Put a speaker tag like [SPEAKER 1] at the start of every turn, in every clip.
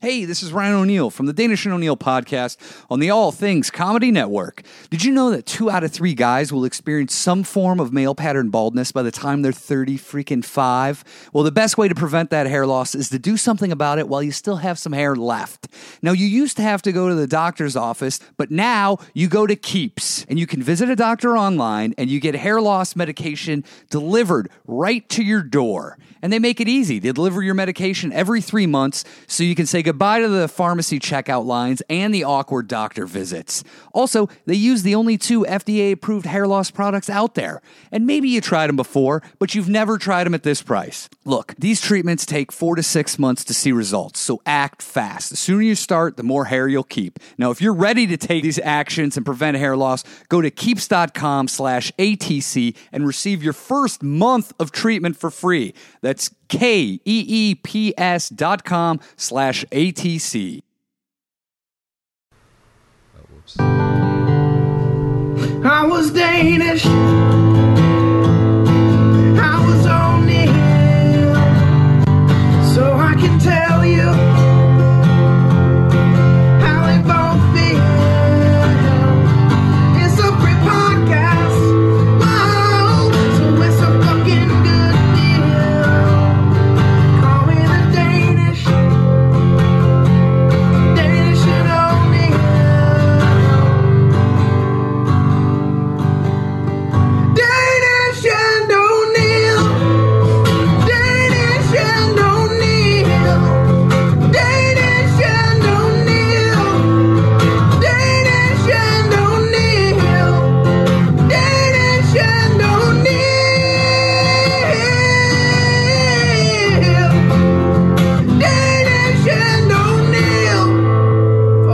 [SPEAKER 1] Hey, this is Ryan O'Neill from the Danish and O'Neill podcast on the All Things Comedy Network. Did you know that two out of three guys will experience some form of male pattern baldness by the time they're 30 freaking five? Well, the best way to prevent that hair loss is to do something about it while you still have some hair left. Now, you used to have to go to the doctor's office, but now you go to Keeps and you can visit a doctor online and you get hair loss medication delivered right to your door. And they make it easy. They deliver your medication every three months so you can say goodbye to the pharmacy checkout lines and the awkward doctor visits. Also, they use the only two FDA approved hair loss products out there. And maybe you tried them before, but you've never tried them at this price. Look, these treatments take four to six months to see results, so act fast. The sooner you start, the more hair you'll keep. Now, if you're ready to take these actions and prevent hair loss, go to keeps.com slash ATC and receive your first month of treatment for free. That's K E E P S dot com slash ATC.
[SPEAKER 2] I was Danish. I was only here. So I can tell you how it both feels. It's a great podcast. Whoa. So it's a fucking good deal. Call me the Danish. Danish and O'Neill. Danish and O'Neill. Danish and O'Neill. Danish and O'Neill. Danish and O'Neill. Danish and O'Neill. Danish and O'Neill.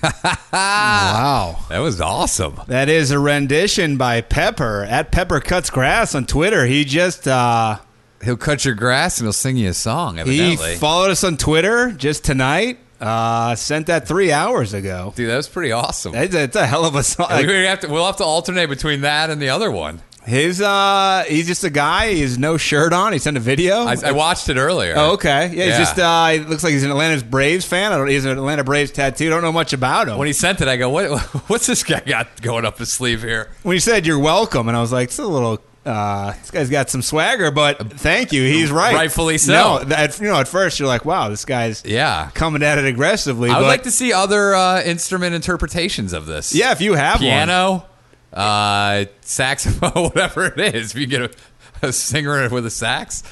[SPEAKER 2] Fuck you.
[SPEAKER 3] Wow.
[SPEAKER 4] That was awesome.
[SPEAKER 3] That is a rendition by Pepper at Pepper Cuts Grass on Twitter. He just uh
[SPEAKER 4] He'll cut your grass and he'll sing you a song,
[SPEAKER 3] he
[SPEAKER 4] evidently.
[SPEAKER 3] followed us on Twitter just tonight. Uh sent that 3 hours ago.
[SPEAKER 4] Dude, that was pretty awesome.
[SPEAKER 3] It's a, it's a hell of a song.
[SPEAKER 4] we we have to, we'll have to alternate between that and the other one.
[SPEAKER 3] His uh he's just a guy, he's no shirt on. He sent a video.
[SPEAKER 4] I, I watched it earlier.
[SPEAKER 3] Oh, okay. Yeah, he's
[SPEAKER 4] Yeah.
[SPEAKER 3] just uh he looks like he's an Atlanta Braves fan. I don't, he's an Atlanta Braves tattoo. don't know much about him.
[SPEAKER 4] When he sent it, I go, what, what's this guy got going up his sleeve here?
[SPEAKER 3] when you said you're welcome, and I was like, it's a little. Uh, this guy's got some swagger, but thank you. He's right.
[SPEAKER 4] Rightfully so.
[SPEAKER 3] No, that, you know, at first you're like, wow, this guy's
[SPEAKER 4] Yeah.
[SPEAKER 3] coming at it aggressively.
[SPEAKER 4] I would
[SPEAKER 3] but
[SPEAKER 4] like to see other uh, instrument interpretations of this.
[SPEAKER 3] Yeah, if you have one.
[SPEAKER 4] Piano, uh, saxophone, whatever it is. If you get a, a singer with a sax.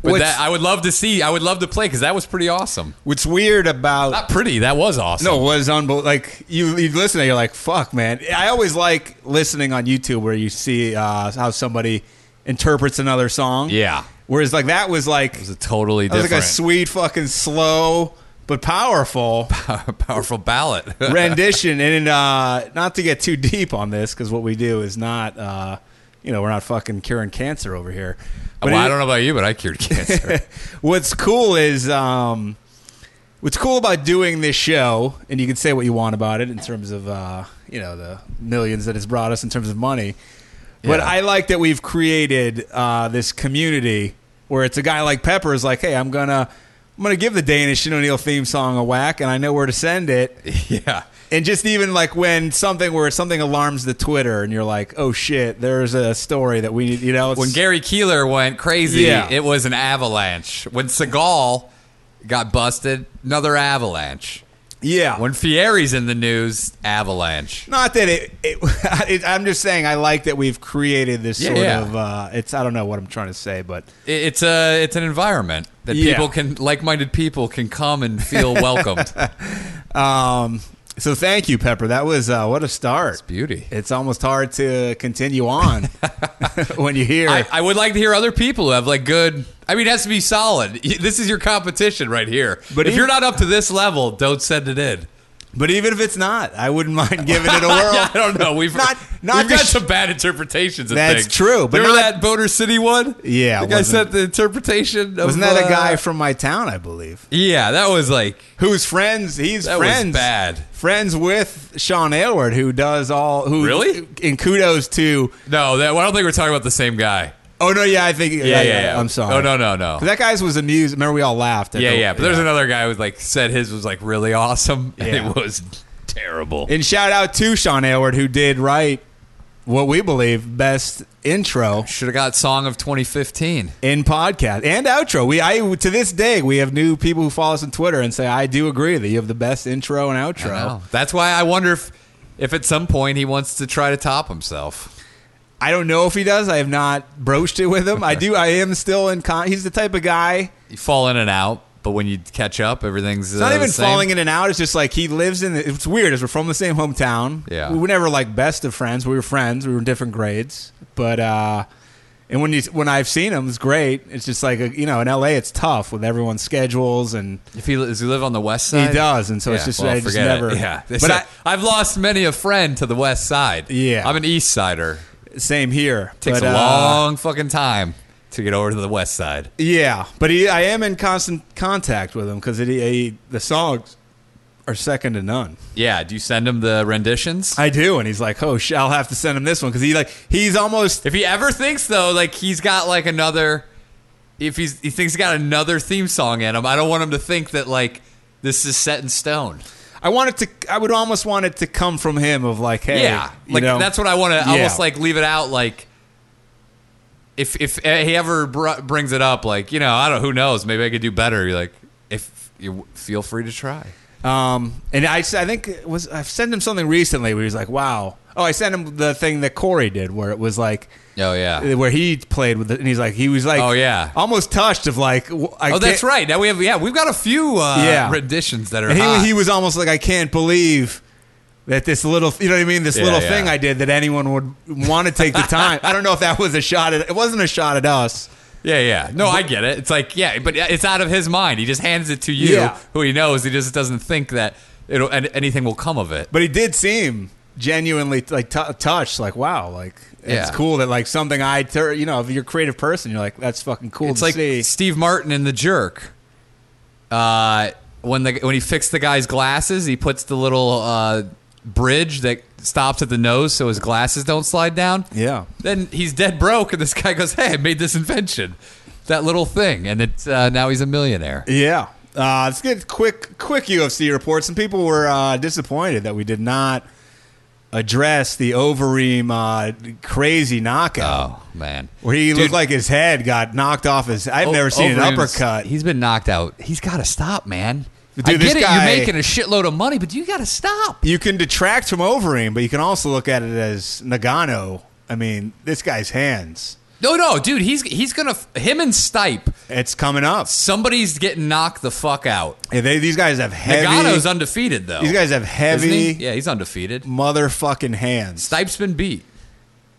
[SPEAKER 4] But
[SPEAKER 3] What's-
[SPEAKER 4] that, I would love to see. I would love to play because that was pretty awesome.
[SPEAKER 3] What's weird about
[SPEAKER 4] Not pretty. That was awesome.
[SPEAKER 3] No, it was unbelievable. Like you, you listen, and you're like, "Fuck, man!" I always like listening on YouTube where you see uh, how somebody interprets another song.
[SPEAKER 4] Yeah.
[SPEAKER 3] Whereas, like that was like
[SPEAKER 4] It was a totally
[SPEAKER 3] that was
[SPEAKER 4] different,
[SPEAKER 3] like a sweet, fucking slow but powerful
[SPEAKER 4] powerful ballot.
[SPEAKER 3] rendition. And uh, not to get too deep on this, because what we do is not, uh, you know, we're not fucking curing cancer over here.
[SPEAKER 4] well,
[SPEAKER 3] it-
[SPEAKER 4] I don't know about you, but I cured cancer.
[SPEAKER 3] What's cool is um, what's cool about doing this show, and you can say what you want about it in terms of uh, you know the millions that it's brought us in terms of money. But
[SPEAKER 4] Yeah.
[SPEAKER 3] I like that we've created uh, this community where it's a guy like Pepper is like, hey, I'm gonna I'm gonna give the Danish and O'Neill theme song a whack, and I know where to send it.
[SPEAKER 4] yeah.
[SPEAKER 3] And just even like when something where something alarms the Twitter, and you're like, oh shit, there's a story that we need, you know. it's-
[SPEAKER 4] When Gary Keeler went crazy,
[SPEAKER 3] Yeah.
[SPEAKER 4] it was an avalanche. When Seagal got busted, another avalanche.
[SPEAKER 3] yeah,
[SPEAKER 4] When Fieri's in the news, avalanche.
[SPEAKER 3] Not that it, it, it. I'm just saying I like that we've created this
[SPEAKER 4] Yeah,
[SPEAKER 3] sort
[SPEAKER 4] yeah.
[SPEAKER 3] of. Uh, it's I don't know what I'm trying to say, but
[SPEAKER 4] I- It's a it's an environment that
[SPEAKER 3] Yeah.
[SPEAKER 4] people can like-minded people can come and feel welcomed.
[SPEAKER 3] um. So thank you, Pepper. That was uh, what a start.
[SPEAKER 4] Beauty.
[SPEAKER 3] It's almost hard to continue on when you hear.
[SPEAKER 4] I, I would like to hear other people who have like good. I mean, it has to be solid. Y- This is your competition right here.
[SPEAKER 3] But
[SPEAKER 4] But if
[SPEAKER 3] even-
[SPEAKER 4] you're not up to this level, don't send it in.
[SPEAKER 3] but even if it's not, I wouldn't mind giving it a whirl.
[SPEAKER 4] Yeah, I don't know. We've
[SPEAKER 3] Not- not
[SPEAKER 4] we've got
[SPEAKER 3] to sh-
[SPEAKER 4] some bad interpretations. Of
[SPEAKER 3] That's
[SPEAKER 4] things.
[SPEAKER 3] true, but
[SPEAKER 4] remember
[SPEAKER 3] not-
[SPEAKER 4] that Boner City one?
[SPEAKER 3] Yeah,
[SPEAKER 4] the guy
[SPEAKER 3] wasn't-
[SPEAKER 4] sent the interpretation. Of,
[SPEAKER 3] Wasn't that a
[SPEAKER 4] uh,
[SPEAKER 3] guy from my town? I believe
[SPEAKER 4] yeah, that was like
[SPEAKER 3] who's friends. He's
[SPEAKER 4] That was
[SPEAKER 3] friends.
[SPEAKER 4] bad.
[SPEAKER 3] Friends with Sean Aylward, who does all. Who
[SPEAKER 4] Really?
[SPEAKER 3] And kudos to
[SPEAKER 4] no. That I don't think we're talking about the same guy.
[SPEAKER 3] Oh no, yeah, I think. Yeah,
[SPEAKER 4] Yeah, yeah, yeah.
[SPEAKER 3] I'm sorry.
[SPEAKER 4] Oh no, no, no.
[SPEAKER 3] 'Cause that guy's was amused. Remember, we all laughed. at
[SPEAKER 4] yeah,
[SPEAKER 3] the-
[SPEAKER 4] yeah. But there's another guy who like said his was like really awesome, and
[SPEAKER 3] Yeah.
[SPEAKER 4] it was terrible.
[SPEAKER 3] And shout out to Sean Aylward who did write what we believe best intro
[SPEAKER 4] Should have got song of 2015.
[SPEAKER 3] in podcast and outro. We I to this day we have new people who follow us on Twitter and say I do agree that you have the best intro and outro.
[SPEAKER 4] Wow. That's why I wonder if, if at some point he wants to try to top himself.
[SPEAKER 3] I don't know if he does. I have not broached it with him. I do. I am still in. Con- he's the type of guy.
[SPEAKER 4] You fall in and out, but when you catch up, everything's uh,
[SPEAKER 3] It's not even falling in and out. It's just like he lives in. The, it's weird. As we're from the same hometown.
[SPEAKER 4] Yeah.
[SPEAKER 3] We were never like best of friends. We were friends. We were in different grades. But uh, and when you when I've seen him, it's great. It's just like you know in L.A. It's tough with everyone's schedules and
[SPEAKER 4] If he does he live on the west side,
[SPEAKER 3] He does, and so it's just- I just
[SPEAKER 4] forget it.
[SPEAKER 3] never-
[SPEAKER 4] Yeah,
[SPEAKER 3] But
[SPEAKER 4] but
[SPEAKER 3] I-
[SPEAKER 4] I, have lost many a friend to the west side.
[SPEAKER 3] Yeah.
[SPEAKER 4] I'm an east sider.
[SPEAKER 3] same here.
[SPEAKER 4] Takes
[SPEAKER 3] But,
[SPEAKER 4] a
[SPEAKER 3] uh,
[SPEAKER 4] long fucking time to get over to the west side.
[SPEAKER 3] Yeah, but he, I am in constant contact with him because he, the songs are second to none.
[SPEAKER 4] Yeah, do you send him the renditions?
[SPEAKER 3] I do, and he's like, "Oh, sh- I'll have to send him this one because he like he's almost
[SPEAKER 4] If he ever thinks though, like he's got like another, if he's he thinks he's got another theme song in him, I don't want him to think that like this is set in stone.
[SPEAKER 3] I want it to. I would almost want it to come from him. Of like, hey,
[SPEAKER 4] yeah,
[SPEAKER 3] you
[SPEAKER 4] like
[SPEAKER 3] know,
[SPEAKER 4] that's what I want to
[SPEAKER 3] Yeah.
[SPEAKER 4] almost like leave it out. Like if if eh, he ever br- brings it up, like you know, I don't. Who knows? Maybe I could do better. You're like, if you feel free to try.
[SPEAKER 3] Um, and I, s- I think it was I've sent him something recently where he's like, wow. Oh, I sent him the thing that Corey did where it was like. uh,
[SPEAKER 4] Oh yeah.
[SPEAKER 3] Where he played with it, and he's like, he was like,
[SPEAKER 4] Oh, yeah.
[SPEAKER 3] almost touched of like, w- I
[SPEAKER 4] Oh, that's
[SPEAKER 3] can't-
[SPEAKER 4] right. Now we have yeah, we've got a few uh,
[SPEAKER 3] Yeah.
[SPEAKER 4] renditions that are
[SPEAKER 3] And
[SPEAKER 4] hot.
[SPEAKER 3] he, he was almost like, I can't believe that this little, you know what I mean? This
[SPEAKER 4] Yeah,
[SPEAKER 3] little
[SPEAKER 4] yeah.
[SPEAKER 3] thing I did that anyone would want to take the time. I don't know if that was a shot at, it wasn't a shot at us.
[SPEAKER 4] Yeah, yeah. No, I get it. It's like, yeah, but it's out of his mind. He just hands it to you,
[SPEAKER 3] Yeah.
[SPEAKER 4] who he knows. He just doesn't think that it'll an- anything will come of it.
[SPEAKER 3] But he did seem genuinely like t- touched, like, wow, like, it's
[SPEAKER 4] Yeah.
[SPEAKER 3] cool that like something I, tur you know, if you're a creative person, you're like, that's fucking cool
[SPEAKER 4] It's
[SPEAKER 3] to
[SPEAKER 4] like
[SPEAKER 3] see.
[SPEAKER 4] Steve Martin in The Jerk. Uh, when the when he fixed the guy's glasses, he puts the little uh, bridge that stops at the nose so his glasses don't slide down.
[SPEAKER 3] Yeah.
[SPEAKER 4] Then he's dead broke, and this guy goes, "Hey, I made this invention, that little thing," and it's uh, now he's a millionaire.
[SPEAKER 3] Yeah. Uh, let's get quick, quick UFC reports. Some people were uh, disappointed that we did not address the Overeem uh, crazy knockout.
[SPEAKER 4] Oh man.
[SPEAKER 3] Where he
[SPEAKER 4] Dude,
[SPEAKER 3] looked like his head got knocked off his. I've never seen an
[SPEAKER 4] Overeem's-
[SPEAKER 3] uppercut.
[SPEAKER 4] He's been knocked out. He's got to stop, man.
[SPEAKER 3] Dude,
[SPEAKER 4] I
[SPEAKER 3] this
[SPEAKER 4] get it.
[SPEAKER 3] guy-
[SPEAKER 4] You're making a shitload of money, but you got to stop.
[SPEAKER 3] you can detract from Overeem, but you can also look at it as Nagano. I mean, this guy's hands.
[SPEAKER 4] No, no, dude. He's he's gonna f- him and Stipe.
[SPEAKER 3] It's coming up.
[SPEAKER 4] Somebody's getting knocked the fuck out.
[SPEAKER 3] Yeah, they- these guys have heavy.
[SPEAKER 4] Nagano's undefeated though.
[SPEAKER 3] these guys have
[SPEAKER 4] Isn't he?
[SPEAKER 3] heavy
[SPEAKER 4] Yeah, he's undefeated.
[SPEAKER 3] motherfucking hands.
[SPEAKER 4] Stipe's been beat.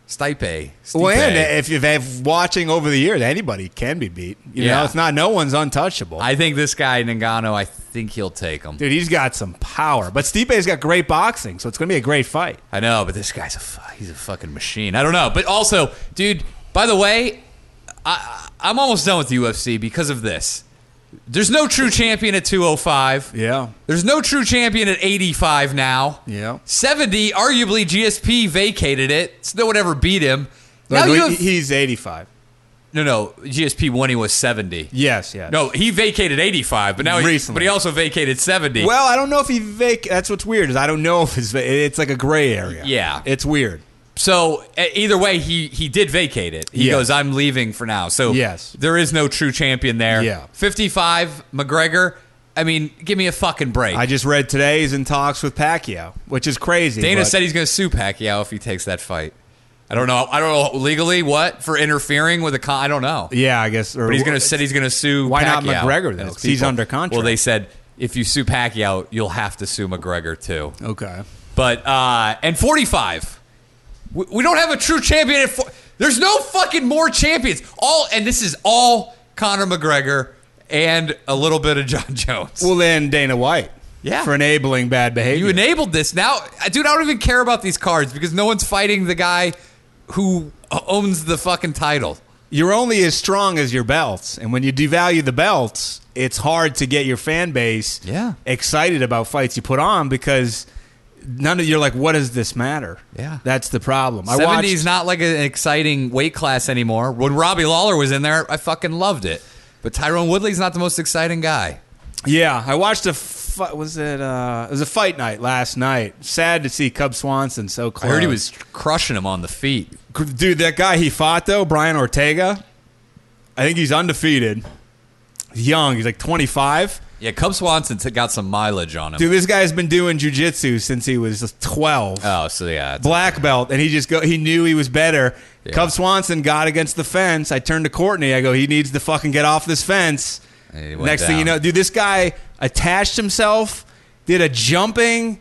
[SPEAKER 4] Stipe. Stipe.
[SPEAKER 3] Well, and uh, if you've if watching over the years, anybody can be beat. You know,
[SPEAKER 4] Yeah.
[SPEAKER 3] it's not no one's untouchable.
[SPEAKER 4] I think this guy Nagano. I think he'll take him.
[SPEAKER 3] Dude, he's got some power, but Stipe's got great boxing, so it's going to be a great fight.
[SPEAKER 4] I know, but this guy's a fu- he's a fucking machine. I don't know, but also, dude. By the way, I, I- I'm almost done with the UFC because of this. There's no true champion at 205.
[SPEAKER 3] Yeah.
[SPEAKER 4] There's no true champion at 85 now.
[SPEAKER 3] Yeah.
[SPEAKER 4] 70, arguably GSP vacated it, so no one ever beat him. Now you have,
[SPEAKER 3] he's 85.
[SPEAKER 4] no, no, GSP when he was 70.
[SPEAKER 3] Yes, yes.
[SPEAKER 4] No, he vacated 85, but now he,
[SPEAKER 3] Recently.
[SPEAKER 4] but he also vacated 70.
[SPEAKER 3] Well, I don't know if he vac. That's what's weird is I don't know if his. Va- it's like a gray area.
[SPEAKER 4] Yeah.
[SPEAKER 3] it's weird.
[SPEAKER 4] So e- either way, he he did vacate it. He
[SPEAKER 3] Yes.
[SPEAKER 4] goes, "I'm leaving for now." So
[SPEAKER 3] Yes.
[SPEAKER 4] there is no true champion there.
[SPEAKER 3] Yeah.
[SPEAKER 4] 55 McGregor. I mean, give me a fucking break.
[SPEAKER 3] I just read today he's in talks with Pacquiao, which is crazy.
[SPEAKER 4] Dana
[SPEAKER 3] but-
[SPEAKER 4] said he's going to sue Pacquiao if he takes that fight. I don't know. I don't know legally what for interfering with a con. I don't know.
[SPEAKER 3] "Yeah, I guess." Or,
[SPEAKER 4] But he's going to said he's going to sue.
[SPEAKER 3] Why not
[SPEAKER 4] Pacquiao
[SPEAKER 3] McGregor,
[SPEAKER 4] and
[SPEAKER 3] though?
[SPEAKER 4] his
[SPEAKER 3] 'Cause he's
[SPEAKER 4] people.
[SPEAKER 3] under contract.
[SPEAKER 4] Well, they said if you sue Pacquiao, you'll have to sue McGregor too.
[SPEAKER 3] Okay.
[SPEAKER 4] But uh and 45. We, we don't have a true champion at four, There's no fucking more champions. All and this is all Conor McGregor and a little bit of John Jones.
[SPEAKER 3] Well, then Dana White.
[SPEAKER 4] Yeah.
[SPEAKER 3] For enabling bad behavior.
[SPEAKER 4] you enabled this. Now, dude, I don't even care about these cards because no one's fighting the guy who owns the fucking title.
[SPEAKER 3] You're only as strong as your belts, and when you devalue the belts, it's hard to get your fan base
[SPEAKER 4] Yeah.
[SPEAKER 3] excited about fights you put on because none of you're like, what does this matter?
[SPEAKER 4] Yeah.
[SPEAKER 3] that's the problem. I
[SPEAKER 4] Seventies
[SPEAKER 3] watched.
[SPEAKER 4] not like an exciting weight class anymore. When Robbie Lawler was in there, I fucking loved it. But Tyrone Woodley's not the most exciting guy.
[SPEAKER 3] Yeah, I watched a. Fi- was it? Uh, it was a fight night last night. Sad to see Cub Swanson so
[SPEAKER 4] I
[SPEAKER 3] close.
[SPEAKER 4] heard he was crushing him on the feet.
[SPEAKER 3] dude. That guy he fought though, Brian Ortega. I think he's undefeated. He's young. He's like 25.
[SPEAKER 4] Yeah, Cub Swanson's got some mileage on him.
[SPEAKER 3] Dude, this guy's been doing jujitsu since he was 12.
[SPEAKER 4] Oh, so yeah, it's-
[SPEAKER 3] black belt, and he just go. He knew he was better.
[SPEAKER 4] Yeah.
[SPEAKER 3] Cub Swanson got against the fence. I turned to Courtney. I go, he needs to fucking get off this fence.
[SPEAKER 4] And he went
[SPEAKER 3] Next thing you
[SPEAKER 4] down.
[SPEAKER 3] know, dude, this guy attached himself, did a jumping,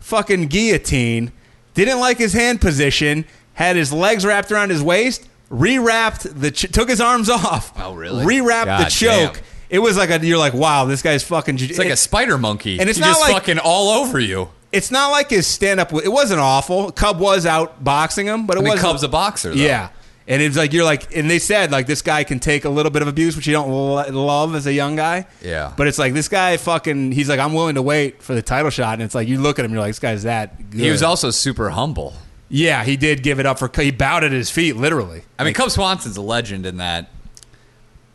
[SPEAKER 3] fucking guillotine. Didn't like his hand position. Had his legs wrapped around his waist. Rewrapped the ch- took his arms off.
[SPEAKER 4] Oh, really?
[SPEAKER 3] Rewrapped the
[SPEAKER 4] God
[SPEAKER 3] choke.
[SPEAKER 4] damn.
[SPEAKER 3] It was like a you're like wow this guy's fucking.
[SPEAKER 4] it's like a spider monkey,
[SPEAKER 3] and it's
[SPEAKER 4] He
[SPEAKER 3] not
[SPEAKER 4] just
[SPEAKER 3] like-
[SPEAKER 4] fucking all over you.
[SPEAKER 3] it's not like his stand up. It wasn't awful. Cub was out boxing him, but it
[SPEAKER 4] I mean,
[SPEAKER 3] was
[SPEAKER 4] Cub's a boxer, though.
[SPEAKER 3] Yeah, and it's like you're like, and they said like this guy can take a little bit of abuse, which you don't lo- love as a young guy.
[SPEAKER 4] Yeah.
[SPEAKER 3] but it's like this guy fucking. He's like, I'm willing to wait for the title shot, and it's like you look at him, you're like, this guy's that. Good.
[SPEAKER 4] He was also super humble.
[SPEAKER 3] yeah, he did give it up for. He bowed at his feet, literally.
[SPEAKER 4] I mean, Cub Swanson's a legend in that.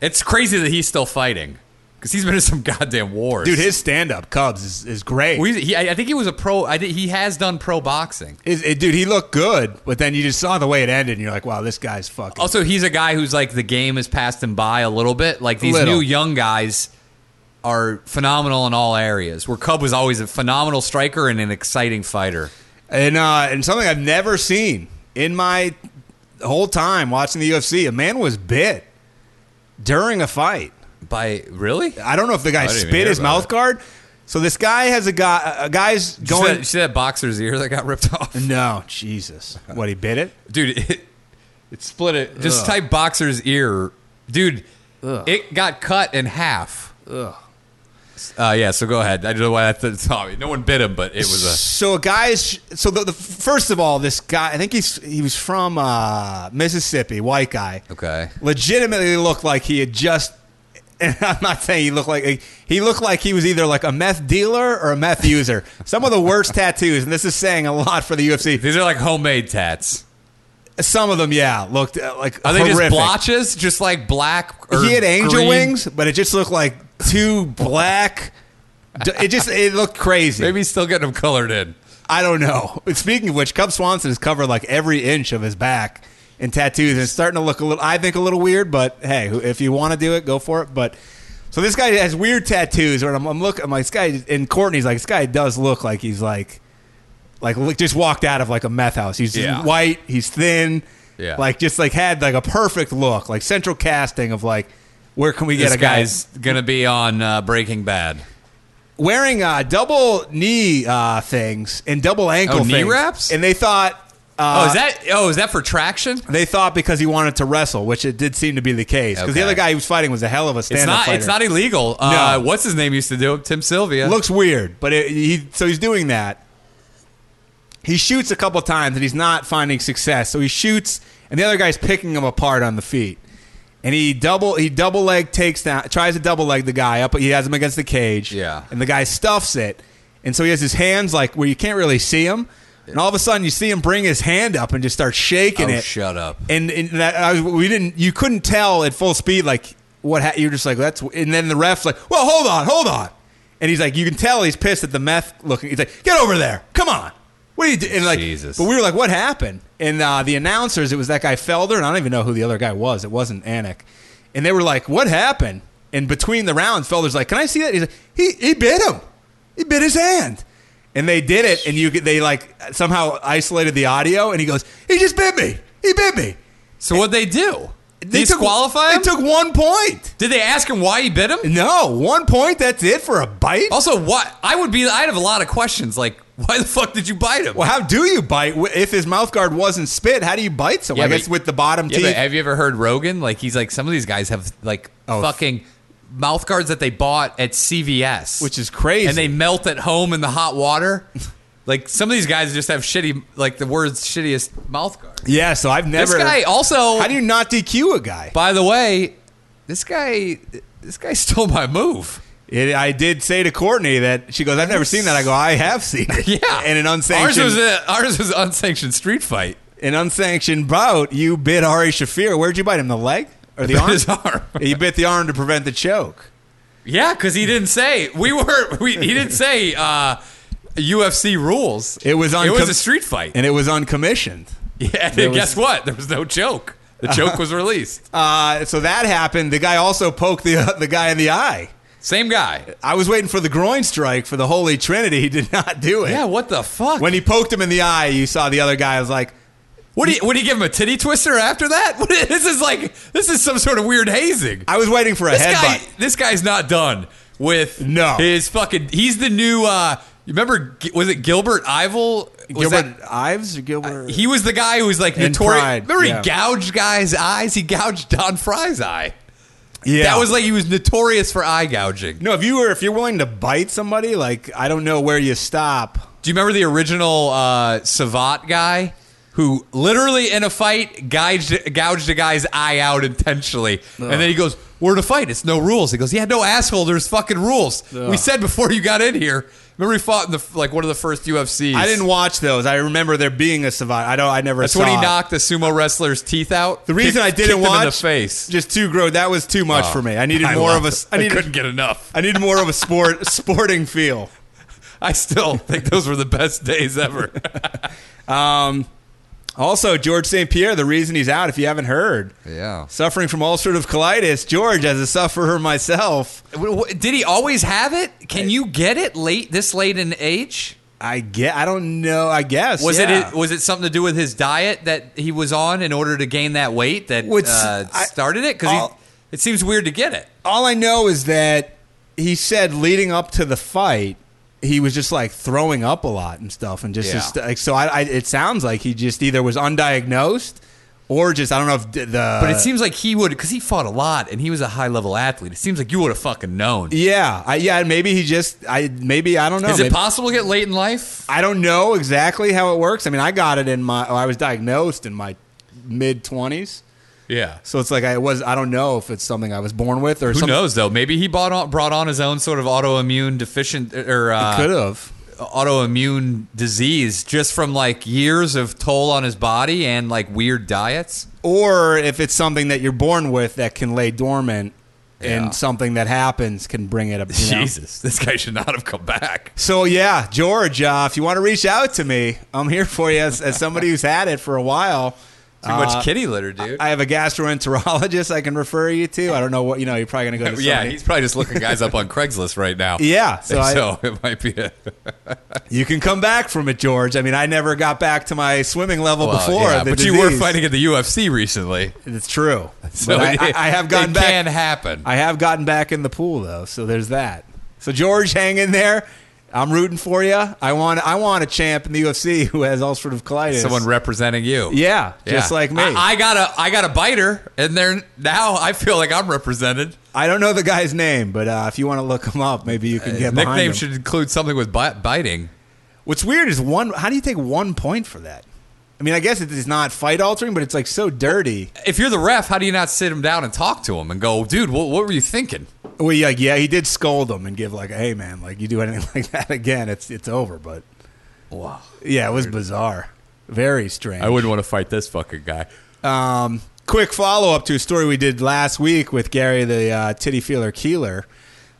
[SPEAKER 4] It's crazy that he's still fighting because he's been in some goddamn wars,
[SPEAKER 3] Dude, his stand up Cubs is, is great.
[SPEAKER 4] We, he, I I think he was a pro. I think he has done pro boxing.
[SPEAKER 3] Is- it- dude, he looked good, but then you just saw the way it ended, and you're like, wow, this guy's fucking.
[SPEAKER 4] Also, he's a guy who's like the game has passed him by a little bit. Like these
[SPEAKER 3] Little.
[SPEAKER 4] new young guys are phenomenal in all areas. Where Cub was always a phenomenal striker and an exciting fighter.
[SPEAKER 3] and uh, and something I've never seen in my whole time watching the UFC. A man was bit during a fight.
[SPEAKER 4] By really,
[SPEAKER 3] I don't know if the guy
[SPEAKER 4] didn't even
[SPEAKER 3] spit
[SPEAKER 4] hear
[SPEAKER 3] his
[SPEAKER 4] about
[SPEAKER 3] mouth
[SPEAKER 4] it.
[SPEAKER 3] guard. So this guy has a guy. A guy's
[SPEAKER 4] Did you see that-
[SPEAKER 3] going.
[SPEAKER 4] you see that boxer's ear that got ripped off,
[SPEAKER 3] No, Jesus! What he bit it?
[SPEAKER 4] dude. It,
[SPEAKER 3] It split it.
[SPEAKER 4] just type boxer's ear, dude. It got cut in half.
[SPEAKER 3] Ugh.
[SPEAKER 4] Uh, yeah, so go ahead. I don't know why that thought. No one bit him, but it was
[SPEAKER 3] So a guy's. So the, the first of all, this guy. I think he's he was from uh, Mississippi. White guy.
[SPEAKER 4] a okay.
[SPEAKER 3] legitimately looked like he had just. And I'm not saying he looked like he looked like he was either like a meth dealer or a meth user. Some of the worst tattoos, and this is saying a lot for the UFC.
[SPEAKER 4] These are like homemade tats.
[SPEAKER 3] Some of them, yeah, looked uh, like
[SPEAKER 4] Are they
[SPEAKER 3] horrific.
[SPEAKER 4] just blotches? Just like black? Or
[SPEAKER 3] He had angel
[SPEAKER 4] green?
[SPEAKER 3] wings, but it just looked like two black. d- It just it looked crazy.
[SPEAKER 4] Maybe he's still getting them colored in.
[SPEAKER 3] I don't know. Speaking of which, Cub Swanson has covered like every inch of his back in tattoos, and it's starting to look a little. I think a little weird, but hey, who- if you want to do it, go for it. But so this guy has weird tattoos, and I'm, I'm looking. I'm like, this guy. And Courtney's like, this guy does look like he's like, like look- just walked out of like a meth house. He's
[SPEAKER 4] Yeah.
[SPEAKER 3] white. He's thin.
[SPEAKER 4] Yeah.
[SPEAKER 3] Like just like had like a perfect look, like central casting of like, where can we get
[SPEAKER 4] This
[SPEAKER 3] a guy?
[SPEAKER 4] guy's gonna be on uh, Breaking Bad.
[SPEAKER 3] wearing uh, double knee uh, things and double ankle
[SPEAKER 4] Oh, knee
[SPEAKER 3] things.
[SPEAKER 4] wraps?
[SPEAKER 3] and they thought. Uh,
[SPEAKER 4] Oh, is that? Oh, is that for traction?
[SPEAKER 3] They thought because he wanted to wrestle, which it did seem to be the case. Because the
[SPEAKER 4] Okay.
[SPEAKER 3] other guy he was fighting was a hell of a
[SPEAKER 4] It's
[SPEAKER 3] stand-up
[SPEAKER 4] not.
[SPEAKER 3] fighter.
[SPEAKER 4] It's not illegal. Uh,
[SPEAKER 3] No.
[SPEAKER 4] What's his name used to do it? Tim Sylvia.
[SPEAKER 3] Looks weird, but it, he so he's doing that. He shoots a couple times and he's not finding success. So he shoots, and the other guy's picking him apart on the feet. And he double he double leg takes down tries to double leg the guy up. He has him against the cage.
[SPEAKER 4] Yeah.
[SPEAKER 3] and the guy stuffs it, and so he has his hands like where you can't really see him. And all of a sudden, you see him bring his hand up and just start shaking
[SPEAKER 4] Oh,
[SPEAKER 3] it.
[SPEAKER 4] shut up.
[SPEAKER 3] And, and that I was, we didn't. You couldn't tell at full speed like what ha- you're just like that's. And then the ref's like, well, hold on, hold on. And he's like, you can tell he's pissed at the meth looking. He's like, get over there, come on. What are you doing? Like,
[SPEAKER 4] Jesus.
[SPEAKER 3] But we were like, what happened? And uh, the announcers, it was that guy Felder, and I don't even know who the other guy was. It wasn't Anik. And they were like, what happened? And between the rounds, Felder's like, can I see that? He's like, he he bit him. He bit his hand. And they did it, and you could- they like somehow isolated the audio, and he goes, he just bit me. He bit me.
[SPEAKER 4] So what they do?
[SPEAKER 3] They
[SPEAKER 4] They disqualify him.
[SPEAKER 3] Took, they took one point.
[SPEAKER 4] Did they ask him why he bit him?
[SPEAKER 3] No, one point. That's it for a bite.
[SPEAKER 4] Also, what I would be, I'd have a lot of questions. Like, why the fuck did you bite him?
[SPEAKER 3] Well, how do you bite if his mouth guard wasn't spit? How do you bite someone?
[SPEAKER 4] Yeah,
[SPEAKER 3] I
[SPEAKER 4] but-
[SPEAKER 3] guess with the bottom
[SPEAKER 4] yeah,
[SPEAKER 3] teeth.
[SPEAKER 4] but have you ever heard Rogan? Like, he's like, some of these guys have like
[SPEAKER 3] Oh,
[SPEAKER 4] fucking mouth guards that they bought at CVS,
[SPEAKER 3] Which is crazy.
[SPEAKER 4] and they melt at home in the hot water. like, some of these guys just have shitty, like the world's shittiest mouth guard.
[SPEAKER 3] yeah, so I've never.
[SPEAKER 4] This guy also,
[SPEAKER 3] how do you not DQ a guy?
[SPEAKER 4] by the way, this guy, this guy stole my move.
[SPEAKER 3] It, I did say to Courtney that she goes, "I've never seen that." I go, "I have seen it."
[SPEAKER 4] Yeah,
[SPEAKER 3] and an unsanctioned,
[SPEAKER 4] Ours was a, ours was unsanctioned street fight.
[SPEAKER 3] an unsanctioned bout. You bit Ari Shafir. Where'd you bite him? The leg or the
[SPEAKER 4] bit
[SPEAKER 3] arm?
[SPEAKER 4] his arm.
[SPEAKER 3] you bit the arm to prevent the choke.
[SPEAKER 4] Yeah, because he didn't say we were. We, he didn't say uh, UFC rules.
[SPEAKER 3] It was on
[SPEAKER 4] It was
[SPEAKER 3] com-
[SPEAKER 4] a street fight.
[SPEAKER 3] and it was uncommissioned.
[SPEAKER 4] yeah, and guess what? There was no joke. The joke was released.
[SPEAKER 3] Uh, so that happened. The guy also poked the the guy in the eye.
[SPEAKER 4] Same guy.
[SPEAKER 3] I was waiting for the groin strike for the Holy Trinity. He did not do it.
[SPEAKER 4] Yeah, what the fuck?
[SPEAKER 3] When he poked him in the eye, you saw the other guy was like,
[SPEAKER 4] what do you, what do you give him a titty twister after that? What is- this is like this is some sort of weird hazing.
[SPEAKER 3] I was waiting for a
[SPEAKER 4] This guy,
[SPEAKER 3] headbutt.
[SPEAKER 4] this guy's not done with
[SPEAKER 3] No.
[SPEAKER 4] his fucking. He's the new. uh You remember? G- Was it Gilbert Ivel? Was that-
[SPEAKER 3] Gilbert Ives or Gilbert?
[SPEAKER 4] He was the guy who was like
[SPEAKER 3] And
[SPEAKER 4] notorious.
[SPEAKER 3] pride,
[SPEAKER 4] Remember,
[SPEAKER 3] yeah.
[SPEAKER 4] he gouged guys' eyes. He gouged Don Fry's eye.
[SPEAKER 3] yeah.
[SPEAKER 4] That was like he was notorious for eye gouging.
[SPEAKER 3] No, if you were if you're willing to bite somebody, like I don't know where you stop.
[SPEAKER 4] Do you remember the original uh, Savat guy who literally in a fight gouged, gouged a guy's eye out intentionally? And then he goes, We're in a fight. It's no rules. He goes, Yeah, no asshole. There's fucking rules. We said before you got in here. Remember he fought in the like one of the first UFCs.
[SPEAKER 3] I didn't watch those. I remember there being a savant. I don't. I never.
[SPEAKER 4] That's
[SPEAKER 3] saw
[SPEAKER 4] when he
[SPEAKER 3] it.
[SPEAKER 4] knocked the sumo wrestler's teeth out.
[SPEAKER 3] The reason
[SPEAKER 4] Kicked-
[SPEAKER 3] I
[SPEAKER 4] kicked
[SPEAKER 3] didn't
[SPEAKER 4] him
[SPEAKER 3] watch
[SPEAKER 4] in the face.
[SPEAKER 3] Just too gross. That was too much
[SPEAKER 4] Oh,
[SPEAKER 3] for me. I needed more
[SPEAKER 4] love
[SPEAKER 3] of a.
[SPEAKER 4] it.
[SPEAKER 3] I
[SPEAKER 4] I
[SPEAKER 3] needed,
[SPEAKER 4] couldn't get enough.
[SPEAKER 3] I needed more of a sport sporting feel.
[SPEAKER 4] I still think those were the best days ever.
[SPEAKER 3] Also, George St. Pierre, the reason he's out, if you haven't heard,
[SPEAKER 4] Yeah.
[SPEAKER 3] suffering from ulcerative colitis. George, as a sufferer myself,
[SPEAKER 4] Did he always have it? Can you get it late this late in age?
[SPEAKER 3] I get. I don't know. I guess
[SPEAKER 4] Was
[SPEAKER 3] yeah.
[SPEAKER 4] it was it something to do with his diet that he was on in order to gain that weight that
[SPEAKER 3] Which,
[SPEAKER 4] uh,
[SPEAKER 3] I-
[SPEAKER 4] started it? Because
[SPEAKER 3] I'll-
[SPEAKER 4] it seems weird to get it.
[SPEAKER 3] all I know is that he said leading up to the fight, he was just like throwing up a lot and stuff, and just,
[SPEAKER 4] Yeah.
[SPEAKER 3] just like so. I, I it sounds like he just either was undiagnosed or just I don't know if d- the
[SPEAKER 4] But it seems like he would because he fought a lot and he was a high level athlete. It seems like you would have fucking known.
[SPEAKER 3] yeah I, yeah maybe he just I maybe I don't know
[SPEAKER 4] Is it
[SPEAKER 3] maybe-
[SPEAKER 4] possible to get late in life?
[SPEAKER 3] I don't know exactly how it works. I mean, I got it in my oh, I was diagnosed in my mid twenties.
[SPEAKER 4] Yeah.
[SPEAKER 3] So it's like I was I don't know if it's something I was born with or
[SPEAKER 4] Who
[SPEAKER 3] something.
[SPEAKER 4] knows though? Maybe he bought on, brought on his own sort of autoimmune deficient or uh,
[SPEAKER 3] Could have.
[SPEAKER 4] autoimmune disease just from like years of toll on his body and like weird diets.
[SPEAKER 3] or if it's something that you're born with that can lay dormant
[SPEAKER 4] Yeah.
[SPEAKER 3] and something that happens can bring it up. you know?
[SPEAKER 4] Jesus, this guy should not have come back.
[SPEAKER 3] So yeah, George, uh, if you want to reach out to me, I'm here for you as, as somebody who's had it for a while.
[SPEAKER 4] Too much
[SPEAKER 3] Uh,
[SPEAKER 4] kitty litter, dude.
[SPEAKER 3] I have a gastroenterologist I can refer you to. I don't know what you know. You're probably gonna go to
[SPEAKER 4] yeah,
[SPEAKER 3] somebody-
[SPEAKER 4] he's probably just looking guys up on Craigslist right now.
[SPEAKER 3] Yeah, so
[SPEAKER 4] so,
[SPEAKER 3] I-
[SPEAKER 4] it might be a,
[SPEAKER 3] You can come back from it, George. I mean, I never got back to my swimming level
[SPEAKER 4] well,
[SPEAKER 3] before.
[SPEAKER 4] yeah,
[SPEAKER 3] the
[SPEAKER 4] but you were
[SPEAKER 3] disease.
[SPEAKER 4] fighting at the UFC recently,
[SPEAKER 3] It's true.
[SPEAKER 4] so
[SPEAKER 3] But I-
[SPEAKER 4] it-
[SPEAKER 3] I, I have gotten
[SPEAKER 4] it
[SPEAKER 3] back.
[SPEAKER 4] Can happen.
[SPEAKER 3] I have gotten back in the pool though, so there's that. So George, hang in there. I'm rooting for you. I want I want a champ in the UFC who has all sort of colitis.
[SPEAKER 4] Someone representing you.
[SPEAKER 3] yeah,
[SPEAKER 4] Yeah.
[SPEAKER 3] just like me.
[SPEAKER 4] I,
[SPEAKER 3] I,
[SPEAKER 4] I got a I got a biter, and there now I feel like I'm represented.
[SPEAKER 3] don't know the guy's name, but uh, if you want to look him up, maybe you can
[SPEAKER 4] His
[SPEAKER 3] get behind
[SPEAKER 4] Uh, nickname
[SPEAKER 3] him.
[SPEAKER 4] should include something with bi- biting.
[SPEAKER 3] What's weird is one. How do you take one point for that? I mean, I guess it is not fight altering, but it's like so dirty.
[SPEAKER 4] if you're the ref, how do you not sit him down and talk to him and go, dude, what, what were you thinking?
[SPEAKER 3] Well, yeah, yeah, he did scold him and give like, "Hey, man, like you do anything like that again, it's it's over." But
[SPEAKER 4] Wow.
[SPEAKER 3] yeah, it was bizarre, very strange.
[SPEAKER 4] I wouldn't want to fight this fucking guy.
[SPEAKER 3] Um, quick follow up to a story we did last week with Gary the uh, Titty Feeler Keeler.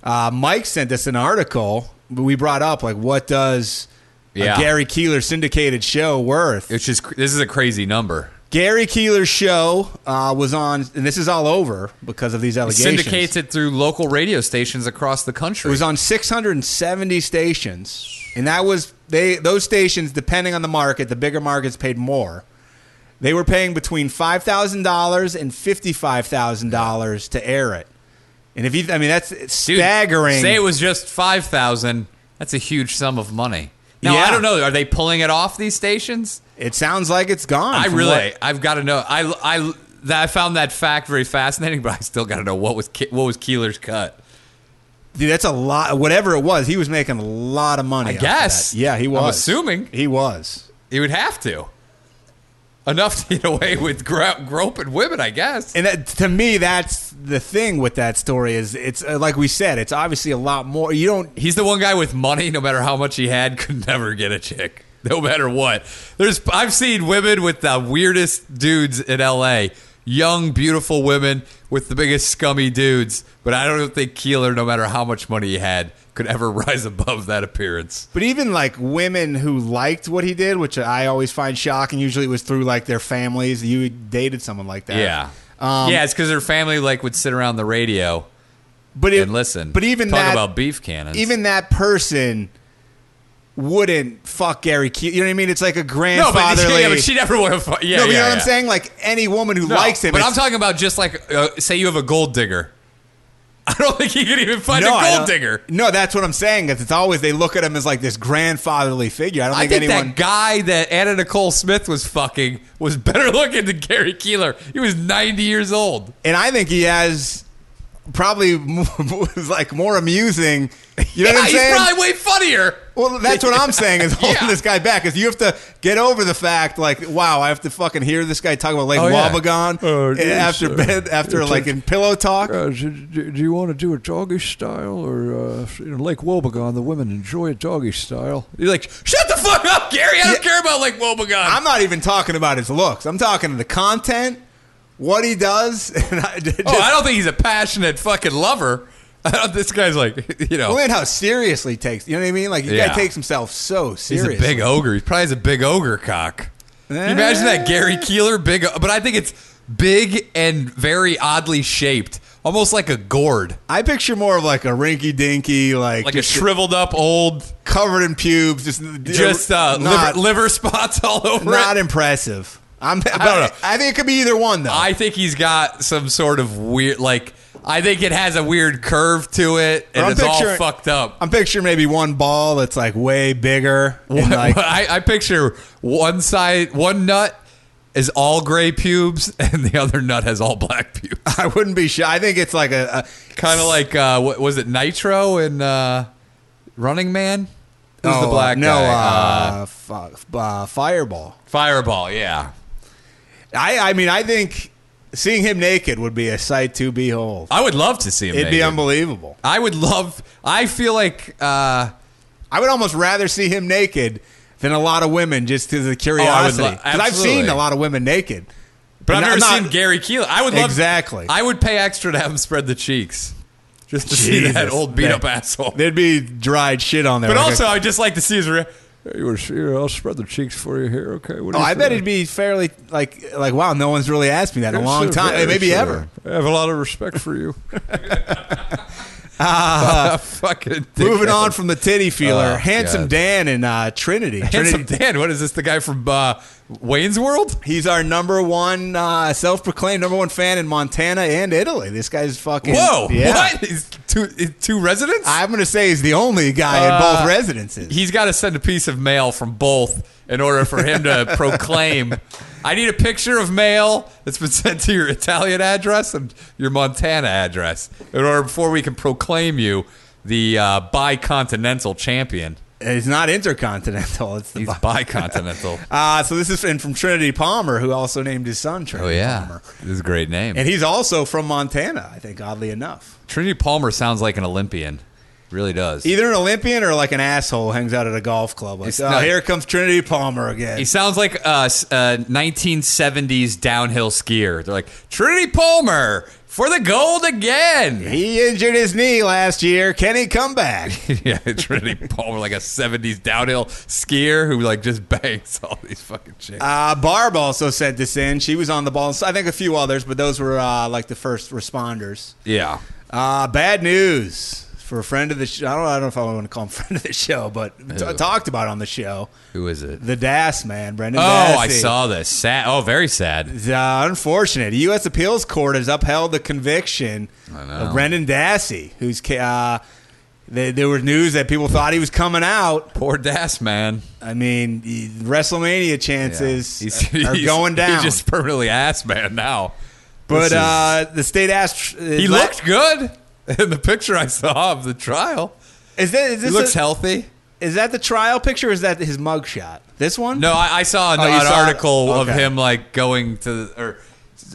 [SPEAKER 3] Uh, Mike sent us an article. but We brought up like what does
[SPEAKER 4] Yeah.
[SPEAKER 3] a Gary Keeler syndicated show worth?
[SPEAKER 4] It's just, this is a crazy number.
[SPEAKER 3] Gary Keeler's show uh, was on, and this is all over because of these allegations.
[SPEAKER 4] Syndicates it through local radio stations across the country.
[SPEAKER 3] It was on 670 stations, and that was they those stations. Depending on the market, the bigger markets paid more. They were paying between five thousand dollars and fifty five thousand dollars to air it. And if you, I mean, that's it's
[SPEAKER 4] Dude,
[SPEAKER 3] staggering.
[SPEAKER 4] Say it was just 5,000. That's a huge sum of money. Now,
[SPEAKER 3] Yeah.
[SPEAKER 4] I don't know. Are they pulling it off these stations?
[SPEAKER 3] it sounds like it's gone.
[SPEAKER 4] I
[SPEAKER 3] from
[SPEAKER 4] really,
[SPEAKER 3] what-
[SPEAKER 4] I've got to know. I, I, that, I found that fact very fascinating, but I still got to know what was, Ke- what was Keeler's cut.
[SPEAKER 3] dude, that's a lot. Whatever it was, he was making a lot of money.
[SPEAKER 4] I
[SPEAKER 3] off of that.
[SPEAKER 4] guess.
[SPEAKER 3] yeah, he
[SPEAKER 4] I'm
[SPEAKER 3] was.
[SPEAKER 4] assuming.
[SPEAKER 3] he was.
[SPEAKER 4] He would have to. enough to get away with gro- groping women, I guess.
[SPEAKER 3] and that, to me, that's the thing with that story is it's uh, like we said, it's obviously a lot more. You don't.
[SPEAKER 4] He's the one guy with money, no matter how much he had, could never get a chick, no matter what. There's I've seen women with the weirdest dudes in LA. Young, beautiful women with the biggest scummy dudes, but I don't think Keeler, no matter how much money he had, could ever rise above that appearance.
[SPEAKER 3] But even like women who liked what he did, which I always find shocking. Usually, it was through like their families. You dated someone like that.
[SPEAKER 4] Yeah,
[SPEAKER 3] Um,
[SPEAKER 4] yeah, it's because her family like would sit around the radio
[SPEAKER 3] But it,
[SPEAKER 4] and listen.
[SPEAKER 3] But even
[SPEAKER 4] talk
[SPEAKER 3] that,
[SPEAKER 4] about beef cannons.
[SPEAKER 3] even that person wouldn't fuck Gary Keeler. You know what I mean? It's like a
[SPEAKER 4] no, but,
[SPEAKER 3] grandfatherly.
[SPEAKER 4] yeah, but she never would have. fu-
[SPEAKER 3] no,
[SPEAKER 4] Yeah,
[SPEAKER 3] but you
[SPEAKER 4] yeah,
[SPEAKER 3] know what
[SPEAKER 4] yeah.
[SPEAKER 3] I'm saying? Like any woman who
[SPEAKER 4] No,
[SPEAKER 3] likes him.
[SPEAKER 4] But
[SPEAKER 3] it's-
[SPEAKER 4] I'm talking about just like, uh, say you have a gold digger. I don't think you could even find a
[SPEAKER 3] I don't-
[SPEAKER 4] gold digger.
[SPEAKER 3] No, that's what I'm saying. It's, it's always they look at him as like this grandfatherly figure. I don't
[SPEAKER 4] I
[SPEAKER 3] think,
[SPEAKER 4] think
[SPEAKER 3] anyone.
[SPEAKER 4] that guy that Anna Nicole Smith was fucking was better looking than Gary Keeler. He was 90 years old.
[SPEAKER 3] and I think he has probably more, was like more amusing. You know what
[SPEAKER 4] yeah,
[SPEAKER 3] I'm
[SPEAKER 4] Ah, he's
[SPEAKER 3] saying?
[SPEAKER 4] probably way funnier.
[SPEAKER 3] well, that's what I'm saying is holding
[SPEAKER 4] Yeah.
[SPEAKER 3] this guy back is you have to get over the fact like wow I have to fucking hear this guy talk about Lake
[SPEAKER 4] Oh, yeah.
[SPEAKER 3] Wabagon
[SPEAKER 5] Oh,
[SPEAKER 3] and
[SPEAKER 5] yes,
[SPEAKER 3] after
[SPEAKER 5] sir.
[SPEAKER 3] bed after
[SPEAKER 5] It's
[SPEAKER 3] like
[SPEAKER 5] a-
[SPEAKER 3] in pillow talk.
[SPEAKER 5] Uh, do, do- do you want to do a doggy style or uh, in Lake Wobegon? The women enjoy a doggy style.
[SPEAKER 4] You're like, shut the fuck up, Gary. I don't
[SPEAKER 3] Yeah.
[SPEAKER 4] care about like oh Wobegon.
[SPEAKER 3] I'm not even talking about his looks. I'm talking the content, what he does. And I, just,
[SPEAKER 4] oh, I don't think he's a passionate fucking lover. I don't, this guy's like, you know,
[SPEAKER 3] Well, and how seriously he takes. You know what I mean? Like, the
[SPEAKER 4] Yeah.
[SPEAKER 3] guy takes himself so
[SPEAKER 4] He's
[SPEAKER 3] seriously.
[SPEAKER 4] a big ogre. He probably has a big ogre cock. Can you imagine that Gary
[SPEAKER 3] Eh.
[SPEAKER 4] Keeler big, o- but I think it's big and very oddly shaped, almost like a gourd,
[SPEAKER 3] I picture more of like a rinky dinky, like,
[SPEAKER 4] like a
[SPEAKER 3] just
[SPEAKER 4] shriveled up old,
[SPEAKER 3] covered in pubes, just
[SPEAKER 4] just uh,
[SPEAKER 3] not,
[SPEAKER 4] liver, liver spots all over
[SPEAKER 3] not
[SPEAKER 4] it.
[SPEAKER 3] impressive. I'm, but I
[SPEAKER 4] don't know.
[SPEAKER 3] think it could be either one though.
[SPEAKER 4] I think he's got some sort of weird, like I think it has a weird curve to it, and
[SPEAKER 3] I'm
[SPEAKER 4] it's all
[SPEAKER 3] picturing-
[SPEAKER 4] fucked up.
[SPEAKER 3] I'm picturing maybe one ball that's like way bigger. And like,
[SPEAKER 4] I, I picture one side, one nut is all gray pubes, and the other nut has all black pubes.
[SPEAKER 3] I wouldn't be shy. I think it's like a, a
[SPEAKER 4] kind of like uh, what was it Nitro and uh, Running Man? Who's
[SPEAKER 3] oh,
[SPEAKER 4] the black
[SPEAKER 3] no,
[SPEAKER 4] guy?
[SPEAKER 3] uh, fu- uh, fireball.
[SPEAKER 4] Fireball, yeah.
[SPEAKER 3] I I mean I think seeing him naked would be a sight to behold.
[SPEAKER 4] I would love to see him.
[SPEAKER 3] It'd be
[SPEAKER 4] naked.
[SPEAKER 3] unbelievable.
[SPEAKER 4] I would love. I feel like. Uh,
[SPEAKER 3] I would almost rather see him naked than a lot of women just because of the
[SPEAKER 4] lo-
[SPEAKER 3] curiosity. Because I've
[SPEAKER 4] Oh, absolutely.
[SPEAKER 3] seen a lot of women naked.
[SPEAKER 4] but I've
[SPEAKER 3] And
[SPEAKER 4] never
[SPEAKER 3] I'm not-
[SPEAKER 4] seen Gary Keeler. I would love
[SPEAKER 3] Exactly.
[SPEAKER 4] I would pay extra to have him spread the cheeks, just to see
[SPEAKER 3] Jesus.
[SPEAKER 4] that old beat up
[SPEAKER 3] That-
[SPEAKER 4] asshole.
[SPEAKER 3] There'd be dried shit on there.
[SPEAKER 4] but
[SPEAKER 3] Like a-
[SPEAKER 4] also, I'd just like to see his. Re-
[SPEAKER 5] Hey, you want to see? I'll spread the cheeks for you here. Okay. What do
[SPEAKER 3] Oh,
[SPEAKER 5] you
[SPEAKER 3] I bet
[SPEAKER 5] think?
[SPEAKER 3] it'd be fairly like like wow, no one's really asked me that in a
[SPEAKER 5] Yes,
[SPEAKER 3] long
[SPEAKER 5] sir.
[SPEAKER 3] time,
[SPEAKER 5] Yes,
[SPEAKER 3] maybe
[SPEAKER 5] sir.
[SPEAKER 3] ever.
[SPEAKER 5] I have a lot of respect for you.
[SPEAKER 4] fucking.
[SPEAKER 3] Moving
[SPEAKER 4] dickhead.
[SPEAKER 3] on from the titty feeler,
[SPEAKER 4] Oh,
[SPEAKER 3] handsome
[SPEAKER 4] God.
[SPEAKER 3] Dan and uh, Trinity.
[SPEAKER 4] Handsome
[SPEAKER 3] Trinity,
[SPEAKER 4] Dan, what is this? The guy from uh, Wayne's World?
[SPEAKER 3] he's our number one uh, self-proclaimed number one fan in Montana and Italy. This guy's fucking
[SPEAKER 4] Whoa!
[SPEAKER 3] Yeah.
[SPEAKER 4] What? He's two, he's two residents?
[SPEAKER 3] I'm gonna say he's the only guy in
[SPEAKER 4] Uh,
[SPEAKER 3] both residences.
[SPEAKER 4] He's got to send a piece of mail from both in order for him to proclaim. I need a picture of mail that's been sent to your Italian address and your Montana address in order before we can proclaim you the uh, bicontinental champion.
[SPEAKER 3] It's not intercontinental. It's the
[SPEAKER 4] He's
[SPEAKER 3] bi-
[SPEAKER 4] bicontinental.
[SPEAKER 3] Uh, so this is in, from Trinity Palmer, who also named his son
[SPEAKER 4] Oh,
[SPEAKER 3] Trinity Palmer.
[SPEAKER 4] this is a great name.
[SPEAKER 3] Oh, And he's also from Montana, I think, oddly enough.
[SPEAKER 4] Trinity Palmer sounds like an Olympian, really does.
[SPEAKER 3] Either an Olympian or like an asshole hangs out at a golf club. Like,
[SPEAKER 4] It's
[SPEAKER 3] oh,
[SPEAKER 4] not-
[SPEAKER 3] here comes Trinity Palmer again.
[SPEAKER 4] He sounds like a, s- a 1970s downhill skier. They're like, Trinity Palmer for the gold again.
[SPEAKER 3] He injured his knee last year. Can he come back?
[SPEAKER 4] yeah, Trinity Palmer, like a 70s downhill skier who like just bangs all these fucking chicks.
[SPEAKER 3] Uh, Barb also sent this in. She was on the ball. So I think a few others, but those were uh, like the first responders.
[SPEAKER 4] yeah.
[SPEAKER 3] Uh, bad news for a friend of the show. I don't, I don't know if I want to call him friend of the show, but t-
[SPEAKER 4] Who?
[SPEAKER 3] talked about on the show.
[SPEAKER 4] Who is it?
[SPEAKER 3] The Das man, Brendan.
[SPEAKER 4] oh, I
[SPEAKER 3] Dassey.
[SPEAKER 4] saw this. Sad. Oh, very sad.
[SPEAKER 3] It's, uh, unfortunate. The U.S. Appeals Court has upheld the conviction
[SPEAKER 4] I know.
[SPEAKER 3] of Brendan Dassey, who's ca- uh, th- there was news that people thought he was coming out.
[SPEAKER 4] Poor Das, man.
[SPEAKER 3] I mean, the WrestleMania
[SPEAKER 4] Yeah.
[SPEAKER 3] chances
[SPEAKER 4] He's-
[SPEAKER 3] uh, are
[SPEAKER 4] he's-
[SPEAKER 3] going down.
[SPEAKER 4] He's just permanently ass man now.
[SPEAKER 3] but
[SPEAKER 4] This is-
[SPEAKER 3] uh, the state asked,
[SPEAKER 4] he looked good in the picture I saw of the trial.
[SPEAKER 3] Is that, is
[SPEAKER 4] He
[SPEAKER 3] this
[SPEAKER 4] looks
[SPEAKER 3] a-
[SPEAKER 4] healthy.
[SPEAKER 3] is that the trial picture? or Is that his mugshot? This one?
[SPEAKER 4] No, I, I saw an,
[SPEAKER 3] Oh, you
[SPEAKER 4] an
[SPEAKER 3] saw it?
[SPEAKER 4] article of
[SPEAKER 3] Okay.
[SPEAKER 4] him like going to or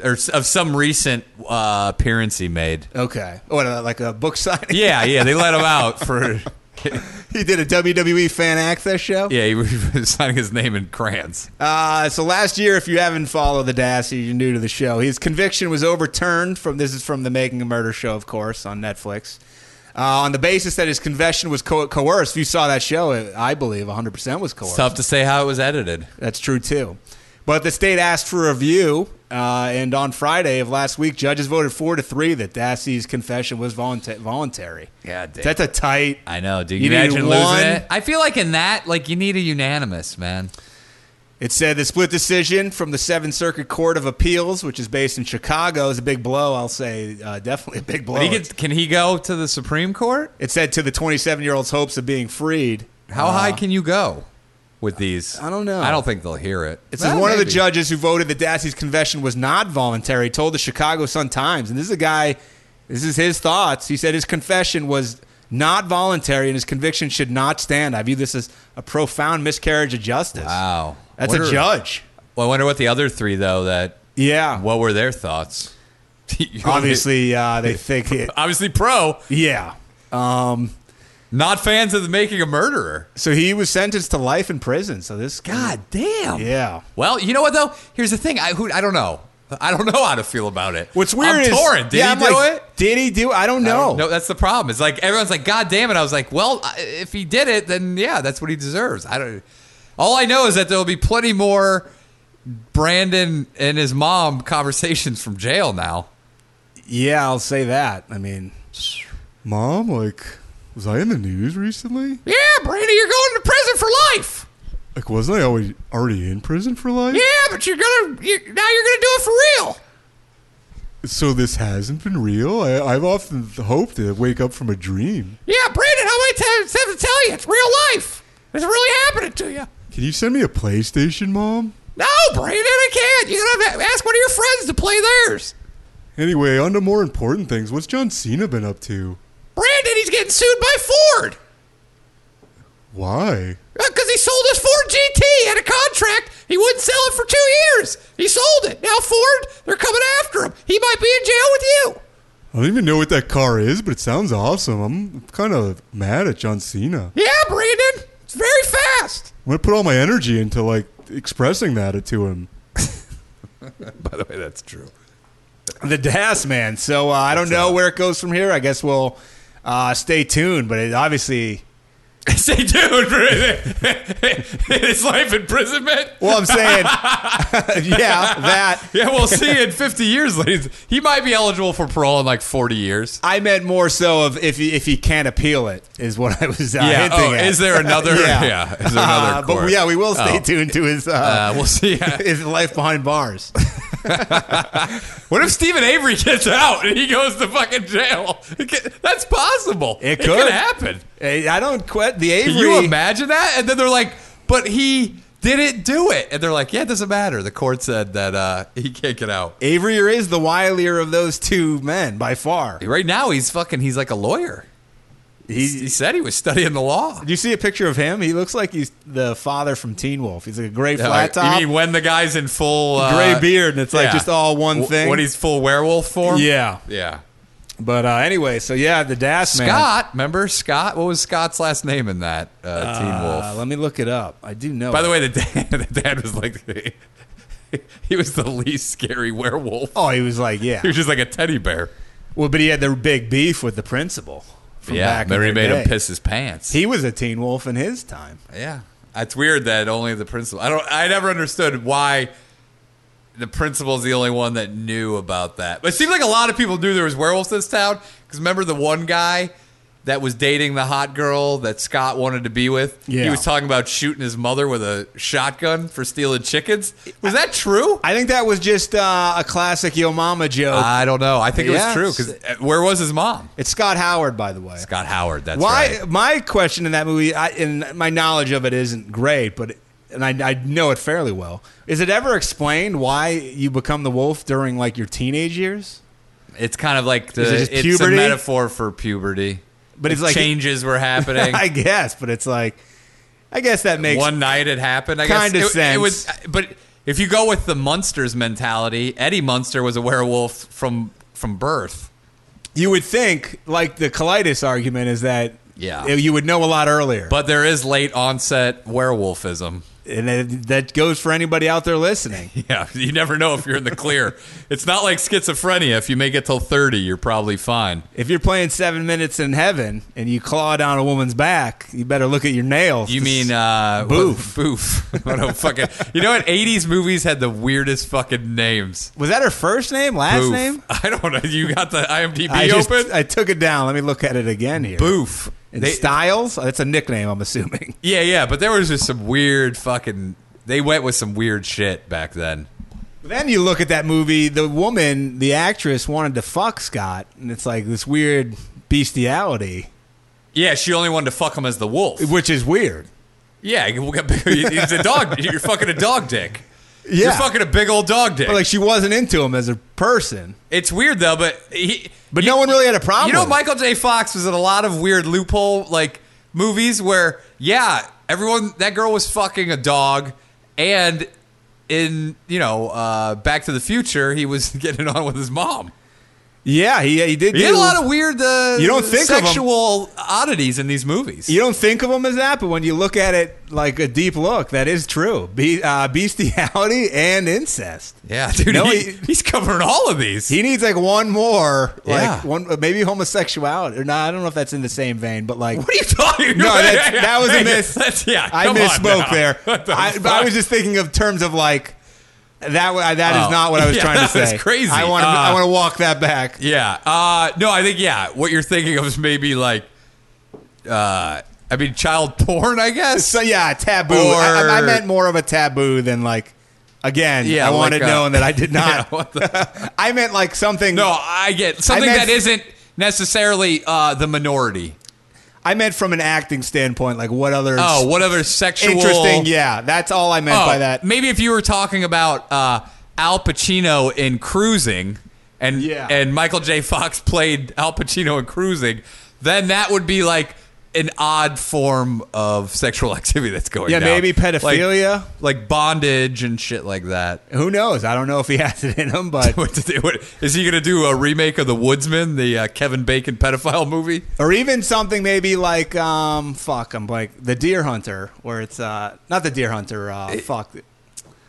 [SPEAKER 4] or s- of some recent uh, appearance he made.
[SPEAKER 3] Okay. What, uh, like a book signing?
[SPEAKER 4] Yeah, yeah, they let him out for.
[SPEAKER 3] he did a WWE fan access show?
[SPEAKER 4] Yeah, he was signing his name in crayons.
[SPEAKER 3] Uh, so last year, if you haven't followed the Dassey, you're new to the show. His conviction was overturned from this is from the Making a Murder show, of course, on Netflix, uh, on the basis that his confession was co- coerced. If you saw that show, it, I believe 100 percent was coerced.
[SPEAKER 4] It's tough to say how it was edited.
[SPEAKER 3] That's true too. But the state asked for a review, uh, and on Friday of last week, judges voted four to three that Dassey's confession was volunta- voluntary.
[SPEAKER 4] Yeah, damn.
[SPEAKER 3] that's a tight.
[SPEAKER 4] I know. Do you,
[SPEAKER 3] You need
[SPEAKER 4] imagine
[SPEAKER 3] one-
[SPEAKER 4] losing it? I feel like in that, like you need a unanimous man.
[SPEAKER 3] It said the split decision from the Seventh Circuit Court of Appeals, which is based in Chicago, is a big blow. I'll say uh, definitely a big blow.
[SPEAKER 4] But he gets, can he go to the Supreme Court?
[SPEAKER 3] it said to the 27 year old's hopes of being freed. Uh,
[SPEAKER 4] How high can you go with these?
[SPEAKER 3] I don't know.
[SPEAKER 4] I don't think they'll hear it.
[SPEAKER 3] It says
[SPEAKER 4] Well,
[SPEAKER 3] one of the
[SPEAKER 4] maybe.
[SPEAKER 3] judges who voted that Dassey's confession was not voluntary told the Chicago Sun Times, and this is a guy. This is his thoughts. He said his confession was not voluntary, and his conviction should not stand. I view this as a profound miscarriage of justice.
[SPEAKER 4] Wow.
[SPEAKER 3] that's
[SPEAKER 4] Wonder-
[SPEAKER 3] a judge.
[SPEAKER 4] Well, I wonder what the other three though. That
[SPEAKER 3] Yeah,
[SPEAKER 4] what were their thoughts? You wanna-
[SPEAKER 3] obviously uh, they think it.
[SPEAKER 4] obviously pro,
[SPEAKER 3] Yeah. Um,
[SPEAKER 4] not fans of the making a murderer.
[SPEAKER 3] so he was sentenced to life in prison. So this
[SPEAKER 4] God damn.
[SPEAKER 3] Yeah.
[SPEAKER 4] Well, you know what though? Here's the thing. I who I don't know. I don't know how to feel about it.
[SPEAKER 3] What's weird
[SPEAKER 4] I'm
[SPEAKER 3] is
[SPEAKER 4] torn. Did
[SPEAKER 3] yeah,
[SPEAKER 4] he
[SPEAKER 3] I'm
[SPEAKER 4] do
[SPEAKER 3] like,
[SPEAKER 4] it?
[SPEAKER 3] Did he do? I don't know.
[SPEAKER 4] No, that's the problem. It's like everyone's like, "God damn it!" I was like, "Well, I- if he did it, then yeah, that's what he deserves." I don't. All I know is that there will be plenty more Brandon and his mom conversations from jail now.
[SPEAKER 3] Yeah, I'll say that. I mean,
[SPEAKER 6] Mom, like, was I in the news recently?
[SPEAKER 4] Yeah, Brandon, you're going to prison for life.
[SPEAKER 6] Like, wasn't I always already in prison for life?
[SPEAKER 4] Yeah, but you're gonna you, now you're gonna do it for real.
[SPEAKER 6] So this hasn't been real. I, I've often hoped to wake up from a dream.
[SPEAKER 4] Yeah, Brandon, how many times have to tell you it's real life? It's really happening to you.
[SPEAKER 6] Can you send me a PlayStation, Mom?
[SPEAKER 4] No, Brandon, I can't. You're gonna have to ask one of your friends to play theirs.
[SPEAKER 6] Anyway, on to more important things. What's John Cena been up to?
[SPEAKER 4] Brandon, he's getting sued by Ford.
[SPEAKER 6] Why?
[SPEAKER 4] Because he sold his Ford GT, he had a contract. He wouldn't sell it for two years. He sold it. Now Ford, they're coming after him. He might be in jail with you.
[SPEAKER 6] I don't even know what that car is, but it sounds awesome. I'm kind of mad at John Cena. I'm
[SPEAKER 4] Yeah, Brandon, it's very fast.
[SPEAKER 6] gonna put all my energy into like expressing that to him.
[SPEAKER 4] By the way, that's true.
[SPEAKER 3] the Das Man. So uh, I don't know where it goes from here. I guess we'll uh, stay tuned. But it obviously,
[SPEAKER 4] Say, dude, his life imprisonment.
[SPEAKER 3] well, I'm saying, yeah, that.
[SPEAKER 4] Yeah, we'll see in 50 years, ladies. He might be eligible for parole in like 40 years.
[SPEAKER 3] I meant more so of if he, if he can't appeal it is what I was uh, hinting
[SPEAKER 4] Oh,
[SPEAKER 3] at.
[SPEAKER 4] is there another? yeah. Is there another?
[SPEAKER 3] Uh, but
[SPEAKER 4] court?
[SPEAKER 3] yeah, we will stay
[SPEAKER 4] Oh.
[SPEAKER 3] tuned to his uh,
[SPEAKER 4] Uh, we'll see.
[SPEAKER 3] his life behind bars.
[SPEAKER 4] What if Stephen Avery gets out and he goes to fucking jail? It can- that's possible.
[SPEAKER 3] It
[SPEAKER 4] It
[SPEAKER 3] could.
[SPEAKER 4] could happen.
[SPEAKER 3] Hey, I don't quit the Avery.
[SPEAKER 4] Can you imagine that? And then they're like, but he didn't do it. And they're like, yeah, it doesn't matter. The court said that uh, he can't get out.
[SPEAKER 3] Avery is the wilier of those two men by far.
[SPEAKER 4] Right now, he's fucking, he's like a lawyer. He, he
[SPEAKER 3] He,
[SPEAKER 4] said he was studying the law.
[SPEAKER 3] do you see a picture of him? He looks like he's the father from Teen Wolf. He's like a gray
[SPEAKER 4] Yeah,
[SPEAKER 3] flat top.
[SPEAKER 4] Uh, You mean when the guy's in full uh,
[SPEAKER 3] gray beard, and it's like
[SPEAKER 4] yeah.
[SPEAKER 3] just all one
[SPEAKER 4] W-
[SPEAKER 3] thing.
[SPEAKER 4] When he's full werewolf form?
[SPEAKER 3] yeah,
[SPEAKER 4] Yeah.
[SPEAKER 3] but uh, anyway, so yeah, the Das man.
[SPEAKER 4] Scott, remember Scott? What was Scott's last name in that uh, Teen Wolf?
[SPEAKER 3] Uh, let me look it up. I do know.
[SPEAKER 4] By the
[SPEAKER 3] it.
[SPEAKER 4] way, the dad, the dad was like, he was the least scary werewolf.
[SPEAKER 3] oh, he was like, yeah.
[SPEAKER 4] He was just like a teddy bear.
[SPEAKER 3] Well, but he had the big beef with the principal. From back in
[SPEAKER 4] Mary
[SPEAKER 3] the
[SPEAKER 4] made
[SPEAKER 3] day.
[SPEAKER 4] him piss his pants.
[SPEAKER 3] He was a Teen Wolf in his time.
[SPEAKER 4] yeah, it's weird that only the principal. I don't. I never understood why the principal's the only one that knew about that. But it seemed like a lot of people knew there was werewolves in this town. Because remember the one guy that was dating the hot girl that Scott wanted to be with.
[SPEAKER 3] Yeah.
[SPEAKER 4] he was talking about shooting his mother with a shotgun for stealing chickens. Was that true?
[SPEAKER 3] I think that was just uh, a classic Yo Mama joke.
[SPEAKER 4] I don't know. I think
[SPEAKER 3] Oh, Yes.
[SPEAKER 4] it was true because where was his mom?
[SPEAKER 3] it's Scott Howard, by the way.
[SPEAKER 4] Scott Howard. That's
[SPEAKER 3] Why?
[SPEAKER 4] right.
[SPEAKER 3] My question in that movie, I, and my knowledge of it isn't great, but and I, I know it fairly well. Is it ever explained why you become the wolf during like your teenage years?
[SPEAKER 4] It's kind of
[SPEAKER 3] Is
[SPEAKER 4] like
[SPEAKER 3] it
[SPEAKER 4] the,
[SPEAKER 3] just
[SPEAKER 4] it's
[SPEAKER 3] puberty?
[SPEAKER 4] a metaphor for puberty.
[SPEAKER 3] But it's like-
[SPEAKER 4] changes were happening.
[SPEAKER 3] I guess, but it's like I guess that makes
[SPEAKER 4] one night it happened. I guess
[SPEAKER 3] kinda
[SPEAKER 4] It- It,
[SPEAKER 3] sense.
[SPEAKER 4] was, uh, but if you go with the Munsters mentality, Eddie Munster was a werewolf from from birth.
[SPEAKER 3] You would think, like the colitis argument, is that
[SPEAKER 4] Yeah.
[SPEAKER 3] you would know a lot earlier.
[SPEAKER 4] But there is late onset werewolfism.
[SPEAKER 3] and that- that goes for anybody out there listening.
[SPEAKER 4] Yeah, you never know if you're in the clear. it's not like schizophrenia. If you make it till thirty, you're probably fine.
[SPEAKER 3] if you're playing Seven Minutes in Heaven and you claw down a woman's back, you better look at your nails.
[SPEAKER 4] You mean uh,
[SPEAKER 3] Boof.
[SPEAKER 4] What, boof. What a fucking. You know what? '80s movies had the weirdest fucking names.
[SPEAKER 3] was that her first name, last
[SPEAKER 4] Boof.
[SPEAKER 3] name?
[SPEAKER 4] I don't know. You got the IMDb
[SPEAKER 3] I just-
[SPEAKER 4] open?
[SPEAKER 3] I took it down. Let me look at it again here.
[SPEAKER 4] boof.
[SPEAKER 3] And
[SPEAKER 4] They-
[SPEAKER 3] Styles. Oh, that's a nickname, I'm assuming.
[SPEAKER 4] yeah, yeah, but there was just some weird fucking. They went with some weird shit back then.
[SPEAKER 3] Then you look at that movie. The woman, the actress, wanted to fuck Scott, and it's like this weird bestiality,
[SPEAKER 4] Yeah, she only wanted to fuck him as the wolf.
[SPEAKER 3] which is weird.
[SPEAKER 4] Yeah, you- it's a dog. You're fucking a dog dick.
[SPEAKER 3] Yeah,
[SPEAKER 4] You're fucking a big old dog dick.
[SPEAKER 3] But, like she wasn't into him as a person.
[SPEAKER 4] it's weird though, but he.
[SPEAKER 3] But no one really had a problem.
[SPEAKER 4] You know,
[SPEAKER 3] with it.
[SPEAKER 4] Michael J. Fox was in a lot of weird loophole like movies where, yeah, everyone that girl was fucking a dog, and in you know uh, Back to the Future, he was getting on with his mom.
[SPEAKER 3] Yeah, he he did.
[SPEAKER 4] He had
[SPEAKER 3] do-
[SPEAKER 4] a lot of weird uh,
[SPEAKER 3] You don't think of 'em.
[SPEAKER 4] sexual oddities in these movies.
[SPEAKER 3] You don't think of him as that, but when you look at it like a deep look, that is true. Be- uh, bestiality and incest.
[SPEAKER 4] yeah, dude,
[SPEAKER 3] No,
[SPEAKER 4] he-
[SPEAKER 3] he-
[SPEAKER 4] he's covering all of these.
[SPEAKER 3] He needs like one more, like
[SPEAKER 4] Yeah.
[SPEAKER 3] one maybe homosexuality. Or no, I don't know if that's in the same vein, but like
[SPEAKER 4] what are you talking
[SPEAKER 3] No,
[SPEAKER 4] about?
[SPEAKER 3] that's- that was a miss.
[SPEAKER 4] That's, yeah,
[SPEAKER 3] I
[SPEAKER 4] come on
[SPEAKER 3] misspoke
[SPEAKER 4] now.
[SPEAKER 3] there.
[SPEAKER 4] What the
[SPEAKER 3] I,
[SPEAKER 4] fuck?
[SPEAKER 3] I was just thinking of terms of like that. wa- That is
[SPEAKER 4] Oh.
[SPEAKER 3] not what I was
[SPEAKER 4] Yeah,
[SPEAKER 3] trying to
[SPEAKER 4] that was
[SPEAKER 3] say.
[SPEAKER 4] crazy.
[SPEAKER 3] I want to. I
[SPEAKER 4] Uh,
[SPEAKER 3] want to walk that back.
[SPEAKER 4] Yeah. Uh, no, I think yeah. What you're thinking of is maybe like, uh, I mean, child porn, I guess.
[SPEAKER 3] So yeah, taboo. I, I- I
[SPEAKER 4] Or-
[SPEAKER 3] meant more of a taboo than like. Again,
[SPEAKER 4] Yeah,
[SPEAKER 3] I wanted
[SPEAKER 4] like, uh,
[SPEAKER 3] known that I did
[SPEAKER 4] Yeah,
[SPEAKER 3] not.
[SPEAKER 4] what the-
[SPEAKER 3] I meant like something.
[SPEAKER 4] no, I get something
[SPEAKER 3] meant-
[SPEAKER 4] that isn't necessarily uh, the minority.
[SPEAKER 3] I meant from an acting standpoint, like what other
[SPEAKER 4] Oh, whatever sexual.
[SPEAKER 3] interesting. Yeah, that's all I meant
[SPEAKER 4] Oh,
[SPEAKER 3] by that.
[SPEAKER 4] Maybe if you were talking about uh, Al Pacino in Cruising, and
[SPEAKER 3] Yeah.
[SPEAKER 4] and Michael J. Fox played Al Pacino in Cruising, then that would be like an odd form of sexual activity that's going.
[SPEAKER 3] Yeah,
[SPEAKER 4] down.
[SPEAKER 3] maybe
[SPEAKER 4] Like-
[SPEAKER 3] pedophilia.
[SPEAKER 4] like bondage and shit like that.
[SPEAKER 3] Who knows? I don't know if he has it in him, but
[SPEAKER 4] What did they- what- Is he going to do a remake of The Woodsman, the uh, Kevin Bacon pedophile movie?
[SPEAKER 3] or even something maybe like um, fuck, I'm like the Deer Hunter, where it's uh, not the Deer Hunter. Uh, fuck,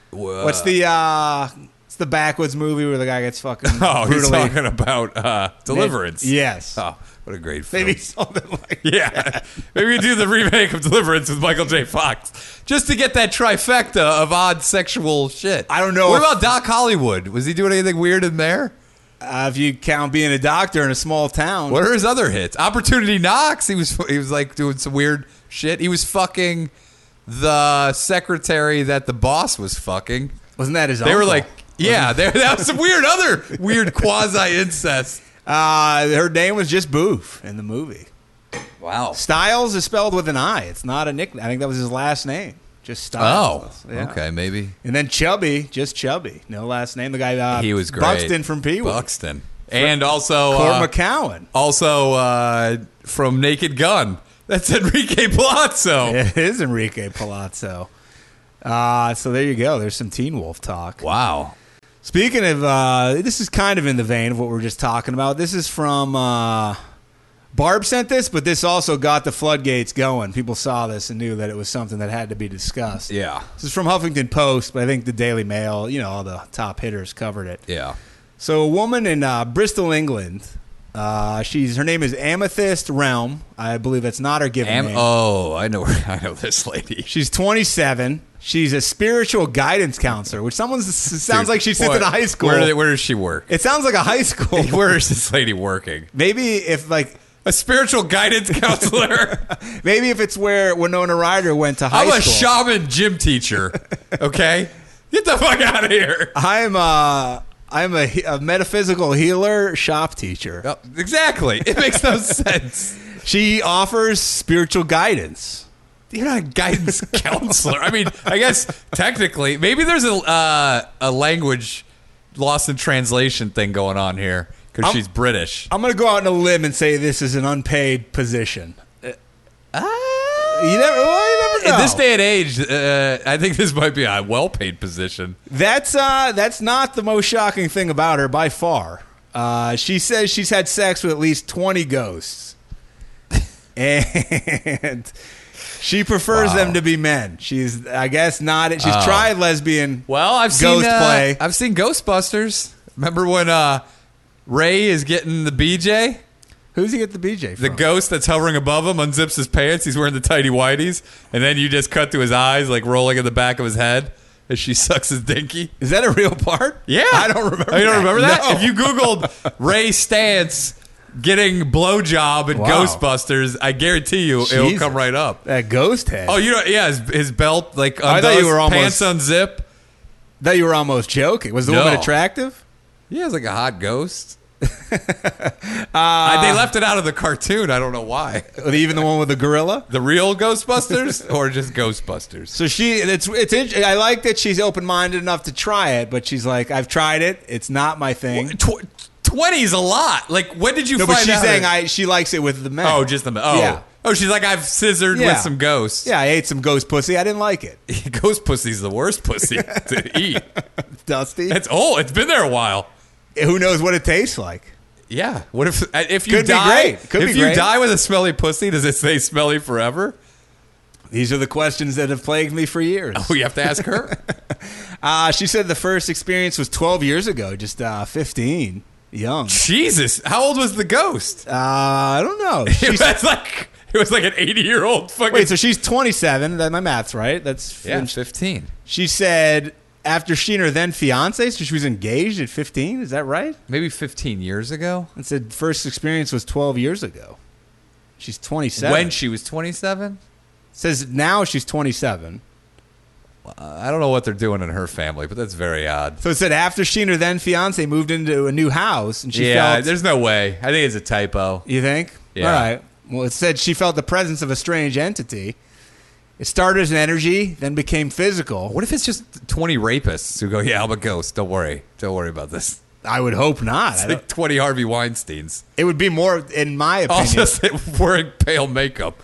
[SPEAKER 3] what's the uh, it's the backwoods movie where the guy gets fucking
[SPEAKER 4] Oh, he's
[SPEAKER 3] brutally
[SPEAKER 4] talking about uh, Deliverance.
[SPEAKER 3] Yes,
[SPEAKER 4] Oh, what a great film.
[SPEAKER 3] maybe something like
[SPEAKER 4] Yeah. Maybe we do the remake of Deliverance with Michael J. Fox just to get that trifecta of odd sexual shit.
[SPEAKER 3] I don't know
[SPEAKER 4] What
[SPEAKER 3] if-
[SPEAKER 4] about Doc Hollywood? Was he doing anything weird in there?
[SPEAKER 3] uh, if you count being a doctor in a small town.
[SPEAKER 4] What are his other hits? Opportunity Knocks. He was he was like doing some weird shit. He was fucking the secretary that the boss was fucking.
[SPEAKER 3] Wasn't that his?
[SPEAKER 4] They were
[SPEAKER 3] uncle?
[SPEAKER 4] like, yeah, there that was some weird other weird quasi incest.
[SPEAKER 3] uh, her name was just Boof in the movie.
[SPEAKER 4] Wow.
[SPEAKER 3] Styles is spelled with an I. It's not a nickname. I think that was his last name. Just
[SPEAKER 4] Oh,
[SPEAKER 3] Styles. Yeah.
[SPEAKER 4] okay, maybe
[SPEAKER 3] And then Chubby, just Chubby. No last name. The guy uh,
[SPEAKER 4] he was great.
[SPEAKER 3] Buxton from Pee Wee. Court
[SPEAKER 4] Buxton, and also uh,
[SPEAKER 3] McCowan.
[SPEAKER 4] also uh, from Naked Gun. That's Enrique Palazzo.
[SPEAKER 3] It is Enrique Palazzo. Uh, so there you go. There's some Teen Wolf talk.
[SPEAKER 4] Wow.
[SPEAKER 3] Speaking of, uh, this is kind of in the vein of what we are just talking about. This is from uh, Barb sent this, but this also got the floodgates going. People saw this and knew that it was something that had to be discussed.
[SPEAKER 4] Yeah.
[SPEAKER 3] This is from Huffington Post, but I think the Daily Mail, you know, all the top hitters covered it.
[SPEAKER 4] Yeah.
[SPEAKER 3] So a woman in uh, Bristol, England. Uh, she's her name is Amethyst Realm. I believe that's not her given
[SPEAKER 4] Am-
[SPEAKER 3] name.
[SPEAKER 4] oh, I know. I know this lady.
[SPEAKER 3] She's 27. She's a spiritual guidance counselor, which someone's sounds
[SPEAKER 4] Dude,
[SPEAKER 3] like she sits
[SPEAKER 4] what-
[SPEAKER 3] in a high school.
[SPEAKER 4] Where, do they- where does she work?
[SPEAKER 3] it sounds like a high school.
[SPEAKER 4] Where is this lady working?
[SPEAKER 3] maybe if like
[SPEAKER 4] A spiritual guidance counselor.
[SPEAKER 3] maybe if it's where Winona Ryder went to high
[SPEAKER 4] I'm a
[SPEAKER 3] school.
[SPEAKER 4] shaman gym teacher. Okay, get the fuck out of here.
[SPEAKER 3] I'm uh I'm a, he- a metaphysical healer, shop teacher.
[SPEAKER 4] Yep, Exactly. It makes no sense.
[SPEAKER 3] She offers spiritual guidance.
[SPEAKER 4] You're not a guidance counselor. I mean, I guess technically, maybe there's a uh, a language lost in translation thing going on here because
[SPEAKER 3] I'm-
[SPEAKER 4] she's British.
[SPEAKER 3] I'm gonna go out on a limb and say this is an unpaid position.
[SPEAKER 4] Ah,
[SPEAKER 3] You never, well, you never
[SPEAKER 4] it in this day and age, uh, I think this might be a well-paid position.
[SPEAKER 3] That's uh, that's not the most shocking thing about her by far. Uh, she says she's had sex with at least twenty ghosts, and she prefers them to be men. She's, I guess, not. She's
[SPEAKER 4] Oh.
[SPEAKER 3] tried lesbian.
[SPEAKER 4] Well, I've seen
[SPEAKER 3] ghost
[SPEAKER 4] uh,
[SPEAKER 3] play.
[SPEAKER 4] I've seen Ghostbusters. Remember when uh, Ray is getting the BJ?
[SPEAKER 3] Who's he get the BJ
[SPEAKER 4] The
[SPEAKER 3] from?
[SPEAKER 4] ghost that's hovering above him unzips his pants. He's wearing the tidy whities, and then you just cut to his eyes, like rolling in the back of his head as she sucks his dinky.
[SPEAKER 3] Is that a real part?
[SPEAKER 4] Yeah,
[SPEAKER 3] I don't remember.
[SPEAKER 4] Oh, you don't remember that?
[SPEAKER 3] No.
[SPEAKER 4] If you googled Ray Stance getting blowjob in
[SPEAKER 3] Wow.
[SPEAKER 4] Ghostbusters, I guarantee you it'll
[SPEAKER 3] Jesus.
[SPEAKER 4] come right up.
[SPEAKER 3] that ghost head.
[SPEAKER 4] Oh, you know, yeah, his, his belt like undoes,
[SPEAKER 3] I thought you were
[SPEAKER 4] pants unzip.
[SPEAKER 3] that you were almost joking. Was the
[SPEAKER 4] No.
[SPEAKER 3] woman attractive?
[SPEAKER 4] He has like a hot ghost. Uh, they left it out of the cartoon. I don't know why.
[SPEAKER 3] Even the one with the gorilla.
[SPEAKER 4] The real Ghostbusters or just Ghostbusters?
[SPEAKER 3] So she, it's it's. int- I like that she's open minded enough to try it, but she's like, I've tried it. It's not my thing.
[SPEAKER 4] Tw- Twenty is a lot. Like, when did you
[SPEAKER 3] No,
[SPEAKER 4] find
[SPEAKER 3] but she's
[SPEAKER 4] out?
[SPEAKER 3] saying I she likes it with the men.
[SPEAKER 4] oh, just the oh
[SPEAKER 3] Yeah.
[SPEAKER 4] oh. She's like I've scissored
[SPEAKER 3] Yeah.
[SPEAKER 4] with some ghosts.
[SPEAKER 3] yeah. I ate some ghost pussy. I didn't like it.
[SPEAKER 4] ghost pussy's the worst pussy to eat.
[SPEAKER 3] Dusty.
[SPEAKER 4] It's old. It's been there a while.
[SPEAKER 3] Who knows what it tastes like?
[SPEAKER 4] Yeah. What if uh, if you
[SPEAKER 3] Could be
[SPEAKER 4] die?
[SPEAKER 3] great. Could
[SPEAKER 4] if
[SPEAKER 3] be
[SPEAKER 4] you
[SPEAKER 3] great.
[SPEAKER 4] die with a smelly pussy, does it say smelly forever?
[SPEAKER 3] These are the questions that have plagued me for years.
[SPEAKER 4] Oh, you have to ask her.
[SPEAKER 3] Uh, she said the first experience was 12 years ago, just uh, 15, young.
[SPEAKER 4] Jesus, how old was the ghost?
[SPEAKER 3] Uh, I don't know.
[SPEAKER 4] It
[SPEAKER 3] She's,
[SPEAKER 4] was like it was like an eighty-year-old fucking.
[SPEAKER 3] wait, so she's 27. That my math's right. That's
[SPEAKER 4] yeah, fifteen.
[SPEAKER 3] She said after she and her then fiance, so she was engaged at 15. Is that right?
[SPEAKER 4] Maybe fifteen years ago,
[SPEAKER 3] And said first experience was 12 years ago. She's 27.
[SPEAKER 4] when she was twenty-seven.
[SPEAKER 3] Says now she's 27.
[SPEAKER 4] I don't know what they're doing in her family, but that's very odd.
[SPEAKER 3] So it said after she and her then fiance moved into a new house, and she
[SPEAKER 4] yeah,
[SPEAKER 3] felt.
[SPEAKER 4] there's no way. I think it's a typo.
[SPEAKER 3] You think?
[SPEAKER 4] Yeah.
[SPEAKER 3] All right. Well, it said she felt the presence of a strange entity. It started as an energy, then became physical.
[SPEAKER 4] What if it's just twenty rapists who go, "Yeah, I'm a ghost. Don't worry. Don't worry about this."
[SPEAKER 3] I would hope not. I
[SPEAKER 4] It's
[SPEAKER 3] don't-
[SPEAKER 4] like twenty Harvey Weinstein's.
[SPEAKER 3] it would be more, in my
[SPEAKER 4] All
[SPEAKER 3] opinion,
[SPEAKER 4] just wearing pale makeup.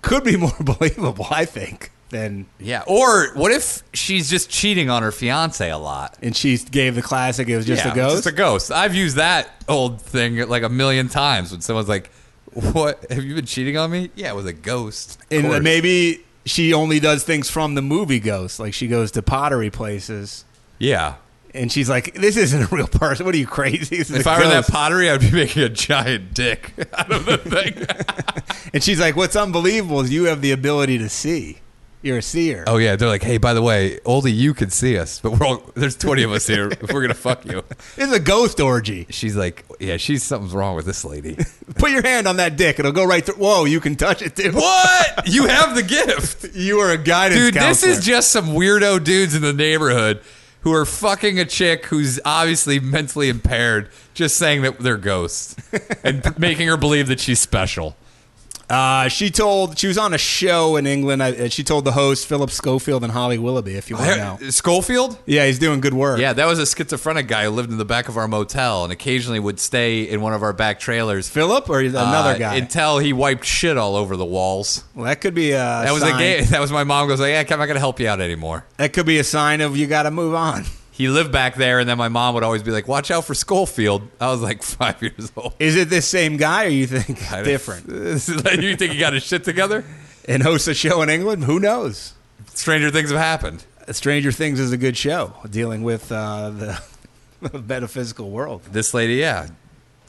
[SPEAKER 3] could be more believable. I think than.
[SPEAKER 4] Yeah. Or what if she's just cheating on her fiance a lot?
[SPEAKER 3] And she gave the classic. It was just
[SPEAKER 4] yeah,
[SPEAKER 3] a ghost.
[SPEAKER 4] Just a ghost. I've used that old thing like a million times when someone's like, "What? Have you been cheating on me?" Yeah, it was a ghost. Of
[SPEAKER 3] and
[SPEAKER 4] course.
[SPEAKER 3] then maybe she only does things from the movie Ghost. Like she goes to pottery places,
[SPEAKER 4] yeah.
[SPEAKER 3] and she's like, "This isn't a real person. What are you crazy?" This is
[SPEAKER 4] If
[SPEAKER 3] a
[SPEAKER 4] I were in that
[SPEAKER 3] ghost."
[SPEAKER 4] pottery, I'd be making a giant dick out of the thing.
[SPEAKER 3] and she's like, "What's unbelievable is you have the ability to see. You're a seer."
[SPEAKER 4] oh yeah, they're like, "Hey, by the way, only you can see us, but we're all there's twenty of us here. If we're gonna fuck you."
[SPEAKER 3] This is a ghost orgy.
[SPEAKER 4] She's like, "Yeah, she's something's wrong with this lady."
[SPEAKER 3] Put your hand on that dick. It'll go right through. Whoa, you can touch it too.
[SPEAKER 4] what? You have the gift.
[SPEAKER 3] You are a guidance
[SPEAKER 4] Dude, this
[SPEAKER 3] counselor.
[SPEAKER 4] is just some weirdo dudes in the neighborhood who are fucking a chick who's obviously mentally impaired, just saying that they're ghosts and making her believe that she's special.
[SPEAKER 3] Uh, she told she was on a show in England. I, uh, she told the host Philip Schofield and Holly Willoughby. If you want to know,
[SPEAKER 4] Schofield?
[SPEAKER 3] yeah, he's doing good work.
[SPEAKER 4] Yeah, that was a schizophrenic guy who lived in the back of our motel and occasionally would stay in one of our back trailers.
[SPEAKER 3] Philip or another
[SPEAKER 4] uh,
[SPEAKER 3] guy.
[SPEAKER 4] Until he wiped shit all over the walls.
[SPEAKER 3] well, that could be a
[SPEAKER 4] That was a
[SPEAKER 3] sign.
[SPEAKER 4] game. That was my mom goes like, "Yeah, I'm not gonna help you out anymore."
[SPEAKER 3] That could be a sign of you got to move on.
[SPEAKER 4] He lived back there, and then my mom would always be like, "Watch out for Schofield." I was like five years old.
[SPEAKER 3] Is it this same guy, or you think
[SPEAKER 4] I don't-
[SPEAKER 3] different?
[SPEAKER 4] you think he got his shit together?
[SPEAKER 3] And hosts a show in England? Who knows?
[SPEAKER 4] Stranger things have happened.
[SPEAKER 3] Stranger Things is a good show dealing with uh, the metaphysical world.
[SPEAKER 4] This lady, yeah,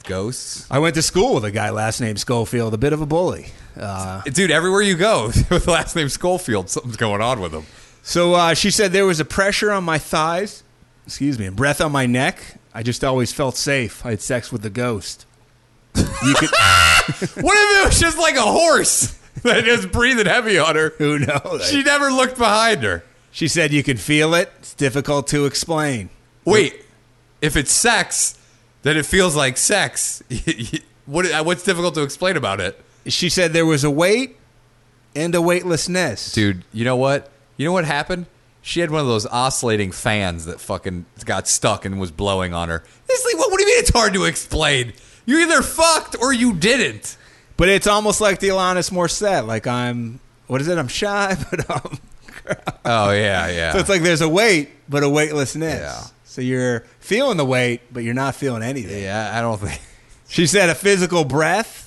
[SPEAKER 4] ghosts.
[SPEAKER 3] I went to school with a guy last name Schofield, a bit of a bully. Uh,
[SPEAKER 4] Dude, everywhere you go with the last name Schofield, something's going on with him.
[SPEAKER 3] so uh, she said there was a pressure on my thighs, excuse me, and breath on my neck. I just always felt safe. I had sex with the ghost. You could,
[SPEAKER 4] What if it was just like a horse that just breathing heavy on her?
[SPEAKER 3] who knows?
[SPEAKER 4] She
[SPEAKER 3] She,
[SPEAKER 4] never looked behind her.
[SPEAKER 3] said you could feel it. It's difficult to explain.
[SPEAKER 4] Wait, if it's sex, then it feels like sex. what, uh, what's difficult to explain about it?
[SPEAKER 3] She said there was a weight and a weightlessness.
[SPEAKER 4] Dude, you know what? You know what happened? She had one of those oscillating fans that fucking got stuck and was blowing on her. It's like, what, what do you mean it's hard to explain? You either fucked or you didn't.
[SPEAKER 3] But it's almost like the Alanis Morissette. Like I'm what is it? I'm shy, but um,
[SPEAKER 4] Oh yeah, yeah.
[SPEAKER 3] so it's like there's a weight, but a weightlessness.
[SPEAKER 4] Yeah.
[SPEAKER 3] So you're feeling the weight, but you're not feeling anything.
[SPEAKER 4] yeah, I don't think.
[SPEAKER 3] She said a physical breath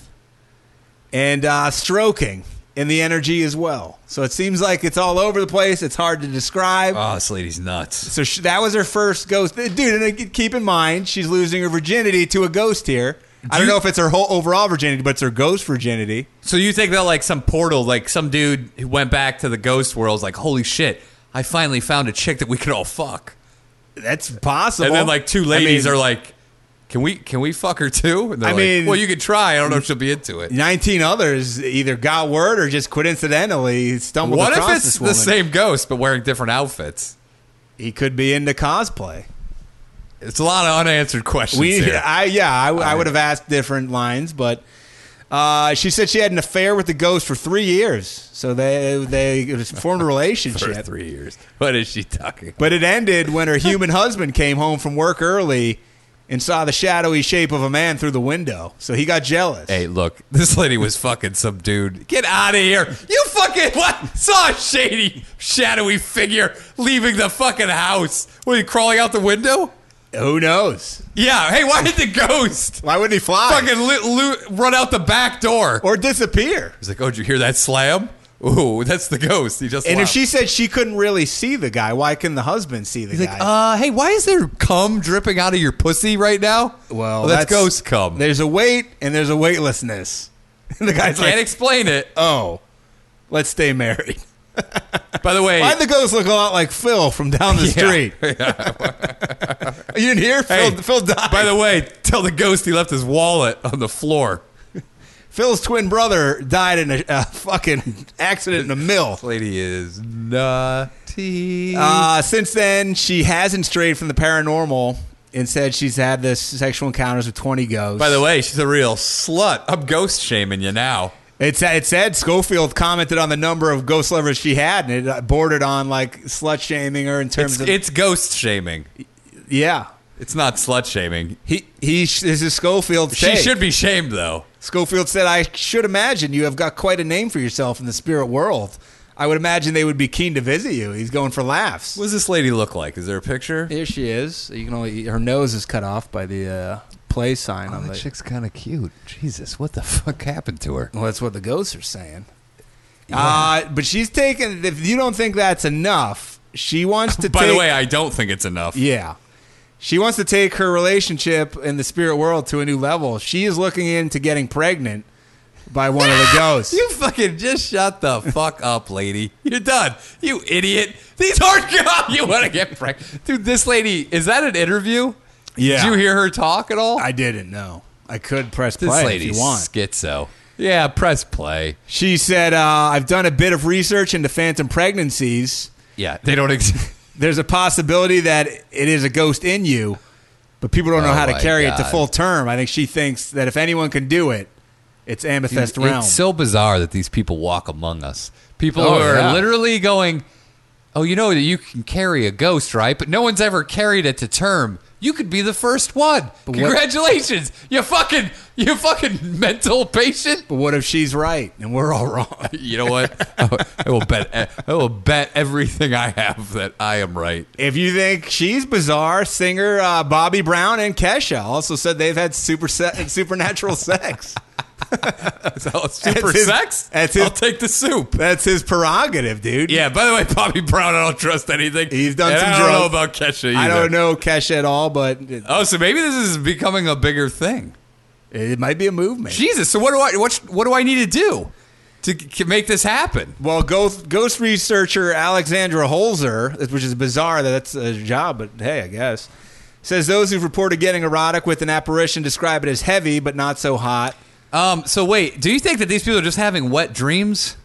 [SPEAKER 3] and uh, stroking and the energy as well. So it seems like it's all over the place. It's hard to describe.
[SPEAKER 4] Oh, this lady's nuts.
[SPEAKER 3] So she, that was her first ghost, dude. And uh, keep in mind, she's losing her virginity to a ghost here. I don't know if it's her whole overall virginity, but it's her ghost virginity.
[SPEAKER 4] So you think that like some portal, like some dude who went back to the ghost world, is like, holy shit, I finally found a chick that we could all fuck.
[SPEAKER 3] That's possible.
[SPEAKER 4] And then like two ladies
[SPEAKER 3] I mean,
[SPEAKER 4] are like, can we can we fuck her too? And they're
[SPEAKER 3] I
[SPEAKER 4] like,
[SPEAKER 3] mean-
[SPEAKER 4] well, you could try. I don't know if she'll be into it.
[SPEAKER 3] nineteen others either got word or just coincidentally stumbled
[SPEAKER 4] What if
[SPEAKER 3] across
[SPEAKER 4] it's
[SPEAKER 3] this
[SPEAKER 4] the
[SPEAKER 3] woman.
[SPEAKER 4] same ghost but wearing different outfits?
[SPEAKER 3] He could be into cosplay.
[SPEAKER 4] It's a lot of unanswered questions
[SPEAKER 3] We,
[SPEAKER 4] here.
[SPEAKER 3] I, yeah, I, I would have asked different lines, but uh, she said she had an affair with the ghost for three years. So they they formed a
[SPEAKER 4] for
[SPEAKER 3] relationship.
[SPEAKER 4] three years. What is she talking?
[SPEAKER 3] But it ended when her human husband came home from work early and saw the shadowy shape of a man through the window. So he got jealous.
[SPEAKER 4] Hey, look, this lady was fucking some dude. Get out of here. You fucking what? Saw a shady, shadowy figure leaving the fucking house. What, he crawling out the window?
[SPEAKER 3] Who knows?
[SPEAKER 4] Yeah. Hey, why did the ghost
[SPEAKER 3] Why wouldn't he fly?
[SPEAKER 4] fucking li- lo- run out the back door?
[SPEAKER 3] or disappear.
[SPEAKER 4] He's like, oh, did you hear that slam? Ooh, that's the ghost. He just
[SPEAKER 3] And if
[SPEAKER 4] left.
[SPEAKER 3] she said she couldn't really see the guy, why couldn't the husband see the
[SPEAKER 4] He's
[SPEAKER 3] guy?
[SPEAKER 4] like, uh, hey, why is there cum dripping out of your pussy right now? Oh,
[SPEAKER 3] well,
[SPEAKER 4] that's, ghost cum.
[SPEAKER 3] There's a weight and there's a weightlessness. And the guy's
[SPEAKER 4] Can't
[SPEAKER 3] like,
[SPEAKER 4] explain it. Uh,
[SPEAKER 3] oh, let's stay married.
[SPEAKER 4] By the way,
[SPEAKER 3] Why'd the ghost look a lot like Phil from down the street? you didn't hear?
[SPEAKER 4] Hey,
[SPEAKER 3] Phil, Phil died.
[SPEAKER 4] By the way, tell the ghost he left his wallet on the floor.
[SPEAKER 3] Phil's twin brother died in a, a fucking accident in a mill.
[SPEAKER 4] Lady is nutty.
[SPEAKER 3] Uh, since then, she hasn't strayed from the paranormal and said she's had this sexual encounters with 20 ghosts.
[SPEAKER 4] By the way, she's a real slut. I'm ghost shaming you now.
[SPEAKER 3] it, sa- it said Schofield commented on the number of ghost lovers she had, and it uh, bordered on like slut shaming her in terms
[SPEAKER 4] It's,
[SPEAKER 3] of
[SPEAKER 4] it's ghost shaming.
[SPEAKER 3] yeah.
[SPEAKER 4] It's not slut shaming.
[SPEAKER 3] He he. sh- This is Schofield.
[SPEAKER 4] She should be shamed though.
[SPEAKER 3] Schofield said, "I should imagine you have got quite a name for yourself in the spirit world. I would imagine they would be keen to visit you. He's going for laughs."
[SPEAKER 4] What does this lady look like? Is there a picture?
[SPEAKER 3] Here she is. You can only her nose is cut off by the uh, play sign on the.
[SPEAKER 4] kind of cute. Jesus, what the fuck happened to her?
[SPEAKER 3] Well, that's what the ghosts are saying. Uh, but she's taking. If you don't think that's enough, she wants to.
[SPEAKER 4] By
[SPEAKER 3] take,
[SPEAKER 4] the way, I don't think it's enough.
[SPEAKER 3] yeah, she wants to take her relationship in the spirit world to a new level. She is looking into getting pregnant by one of the ghosts.
[SPEAKER 4] You fucking just shut the fuck up, lady. You're done. You idiot. These hard jobs. You want to get pregnant, dude? This lady is that an interview?
[SPEAKER 3] Yeah.
[SPEAKER 4] Did you hear her talk at all?
[SPEAKER 3] I didn't know. I could press
[SPEAKER 4] this
[SPEAKER 3] play
[SPEAKER 4] lady's
[SPEAKER 3] if you want.
[SPEAKER 4] schizo. Yeah, press play.
[SPEAKER 3] She said, uh, "I've done a bit of research into phantom pregnancies."
[SPEAKER 4] Yeah, they don't exist.
[SPEAKER 3] there's a possibility that it is a ghost in you, but people don't know
[SPEAKER 4] Oh
[SPEAKER 3] how to
[SPEAKER 4] my
[SPEAKER 3] carry it to
[SPEAKER 4] God.
[SPEAKER 3] full term. I think she thinks that if anyone can do it, it's Amethyst Realm.
[SPEAKER 4] It's so bizarre that these people walk among us. People
[SPEAKER 3] Oh,
[SPEAKER 4] who are
[SPEAKER 3] yeah.
[SPEAKER 4] literally going, "Oh, you know that you can carry a ghost, right?" But no one's ever carried it to term. You could be the first one.
[SPEAKER 3] But what-
[SPEAKER 4] Congratulations, you fucking, you fucking mental patient.
[SPEAKER 3] but what if she's right and we're all wrong?
[SPEAKER 4] You know what? I will bet. I will bet everything I have that I am right.
[SPEAKER 3] if you think she's bizarre, singer uh, Bobby Brown and Kesha also said they've had super se- supernatural sex.
[SPEAKER 4] So super
[SPEAKER 3] his-
[SPEAKER 4] sex.
[SPEAKER 3] that's his-
[SPEAKER 4] I'll take the soup.
[SPEAKER 3] That's his prerogative, dude.
[SPEAKER 4] Yeah. By the way, Bobby Brown, I don't trust anything.
[SPEAKER 3] He's done
[SPEAKER 4] And
[SPEAKER 3] some
[SPEAKER 4] I don't know
[SPEAKER 3] drugs.
[SPEAKER 4] about Kesha. Either.
[SPEAKER 3] I don't know Kesha at all, but it,
[SPEAKER 4] Oh, so maybe this is becoming a bigger thing.
[SPEAKER 3] it might be a movement.
[SPEAKER 4] Jesus. So what do I what what do I need to do to c- make this happen?
[SPEAKER 3] Well, ghost, ghost researcher Alexandra Holzer, which is bizarre that that's a job, but hey, I guess, says those who've reported getting erotic with an apparition describe it as heavy but not so hot.
[SPEAKER 4] Um. So wait, do you think that these people are just having wet dreams?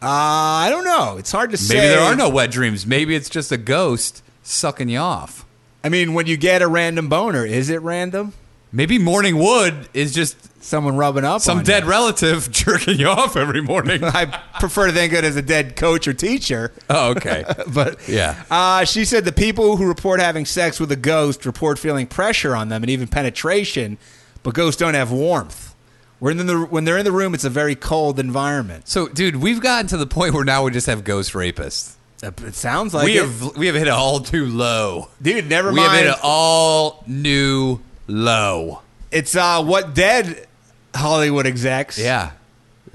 [SPEAKER 3] Uh, I don't know. It's hard to say.
[SPEAKER 4] Maybe there are no wet dreams. Maybe it's just a ghost sucking you off.
[SPEAKER 3] I mean, when you get a random boner, is it random?
[SPEAKER 4] Maybe morning wood is just
[SPEAKER 3] Someone rubbing up
[SPEAKER 4] some
[SPEAKER 3] on
[SPEAKER 4] dead
[SPEAKER 3] you.
[SPEAKER 4] relative jerking you off every morning.
[SPEAKER 3] I prefer to think of it as a dead coach or teacher.
[SPEAKER 4] oh, okay.
[SPEAKER 3] But
[SPEAKER 4] Yeah.
[SPEAKER 3] uh, she said the people who report having sex with a ghost report feeling pressure on them and even penetration, but ghosts don't have warmth. We're in the when they're in the room, it's a very cold environment.
[SPEAKER 4] So, dude, we've gotten to the point where now we just have ghost rapists.
[SPEAKER 3] It sounds like
[SPEAKER 4] we
[SPEAKER 3] it.
[SPEAKER 4] have we have hit it all too low.
[SPEAKER 3] dude. Never
[SPEAKER 4] we have
[SPEAKER 3] mind.
[SPEAKER 4] hit an all new low.
[SPEAKER 3] it's uh, what dead Hollywood execs.
[SPEAKER 4] Yeah.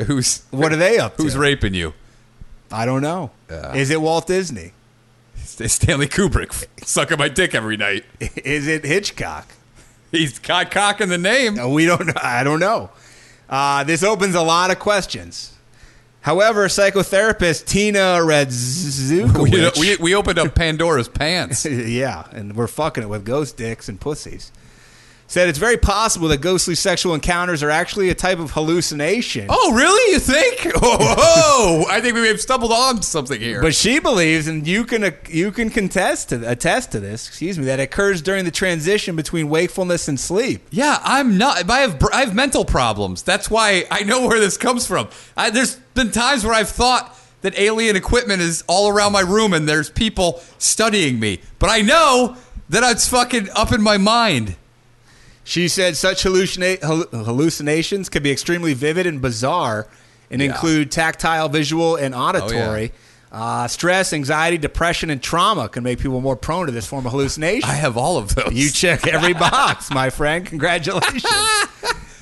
[SPEAKER 4] Who's
[SPEAKER 3] What are they up to?
[SPEAKER 4] who's raping you?
[SPEAKER 3] I don't know.
[SPEAKER 4] Yeah.
[SPEAKER 3] Is it Walt Disney?
[SPEAKER 4] It's Stanley Kubrick sucking my dick every night.
[SPEAKER 3] Is it Hitchcock?
[SPEAKER 4] He's got cock in the name.
[SPEAKER 3] Uh, We don't. I don't know. Uh, this opens a lot of questions. However, psychotherapist Tina
[SPEAKER 4] We,
[SPEAKER 3] Redzukowicz.
[SPEAKER 4] we, we opened up Pandora's pants.
[SPEAKER 3] yeah, and we're fucking it with ghost dicks and pussies. Said it's very possible that ghostly sexual encounters are actually a type of hallucination.
[SPEAKER 4] Oh, really? You think? Oh, I think we may have stumbled on something here.
[SPEAKER 3] But she believes, and you can uh, you can contest to attest to this. Excuse me, that occurs during the transition between wakefulness and sleep.
[SPEAKER 4] yeah, I'm not. I have I have mental problems. That's why I know where this comes from. I, there's been times where I've thought that alien equipment is all around my room and there's people studying me, but I know that it's fucking up in my mind.
[SPEAKER 3] She said such hallucina- hal- hallucinations can be extremely vivid and bizarre and include tactile, visual, and auditory. uh, stress, anxiety, depression, and trauma can make people more prone to this form of hallucination.
[SPEAKER 4] I have all of those.
[SPEAKER 3] you check every box, my friend. Congratulations.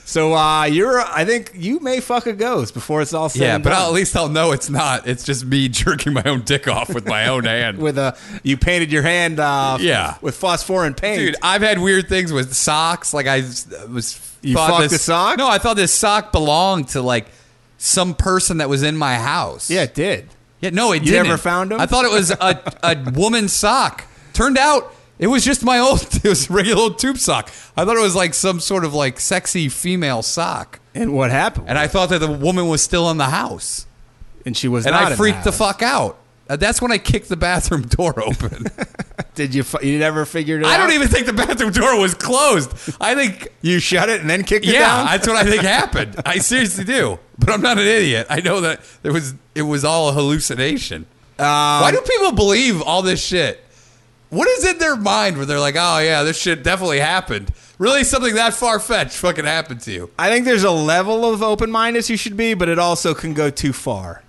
[SPEAKER 3] so uh, you're, I think you may fuck a ghost before it's all said
[SPEAKER 4] Yeah,
[SPEAKER 3] and
[SPEAKER 4] but
[SPEAKER 3] done.
[SPEAKER 4] I'll, at least I'll know it's not. It's just me jerking my own dick off with my own hand.
[SPEAKER 3] with a you painted your hand uh,
[SPEAKER 4] Yeah.
[SPEAKER 3] with phosphorin paint.
[SPEAKER 4] Dude, I've had weird things with socks. Like I s- uh, was.
[SPEAKER 3] You
[SPEAKER 4] thought
[SPEAKER 3] fucked
[SPEAKER 4] this,
[SPEAKER 3] a sock?
[SPEAKER 4] No, I thought this sock belonged to like some person that was in my house.
[SPEAKER 3] yeah, it did.
[SPEAKER 4] Yeah. No, it
[SPEAKER 3] You
[SPEAKER 4] didn't.
[SPEAKER 3] never found 'em?
[SPEAKER 4] I thought it was a a woman's sock. Turned out it was just my old. It was a regular old tube sock. I thought it was like some sort of like sexy female sock,
[SPEAKER 3] And what happened?
[SPEAKER 4] and I thought that the woman was still in the house,
[SPEAKER 3] and she was
[SPEAKER 4] and
[SPEAKER 3] not in
[SPEAKER 4] I freaked the
[SPEAKER 3] house.
[SPEAKER 4] fuck out. Uh, That's when I kicked the bathroom door open.
[SPEAKER 3] Did you? Fu- you never figured it out?
[SPEAKER 4] I don't even think the bathroom door was closed. I think
[SPEAKER 3] You shut it and then kicked it
[SPEAKER 4] yeah,
[SPEAKER 3] down.
[SPEAKER 4] that's what I think happened. I seriously do, but I'm not an idiot. I know that it was it was all a hallucination.
[SPEAKER 3] Um,
[SPEAKER 4] Why do people believe all this shit? What is in their mind where they're like, "Oh yeah, this shit definitely happened." Really, something that far fetched fucking happened to you?
[SPEAKER 3] I think there's a level of open mindedness you should be, but it also can go too far.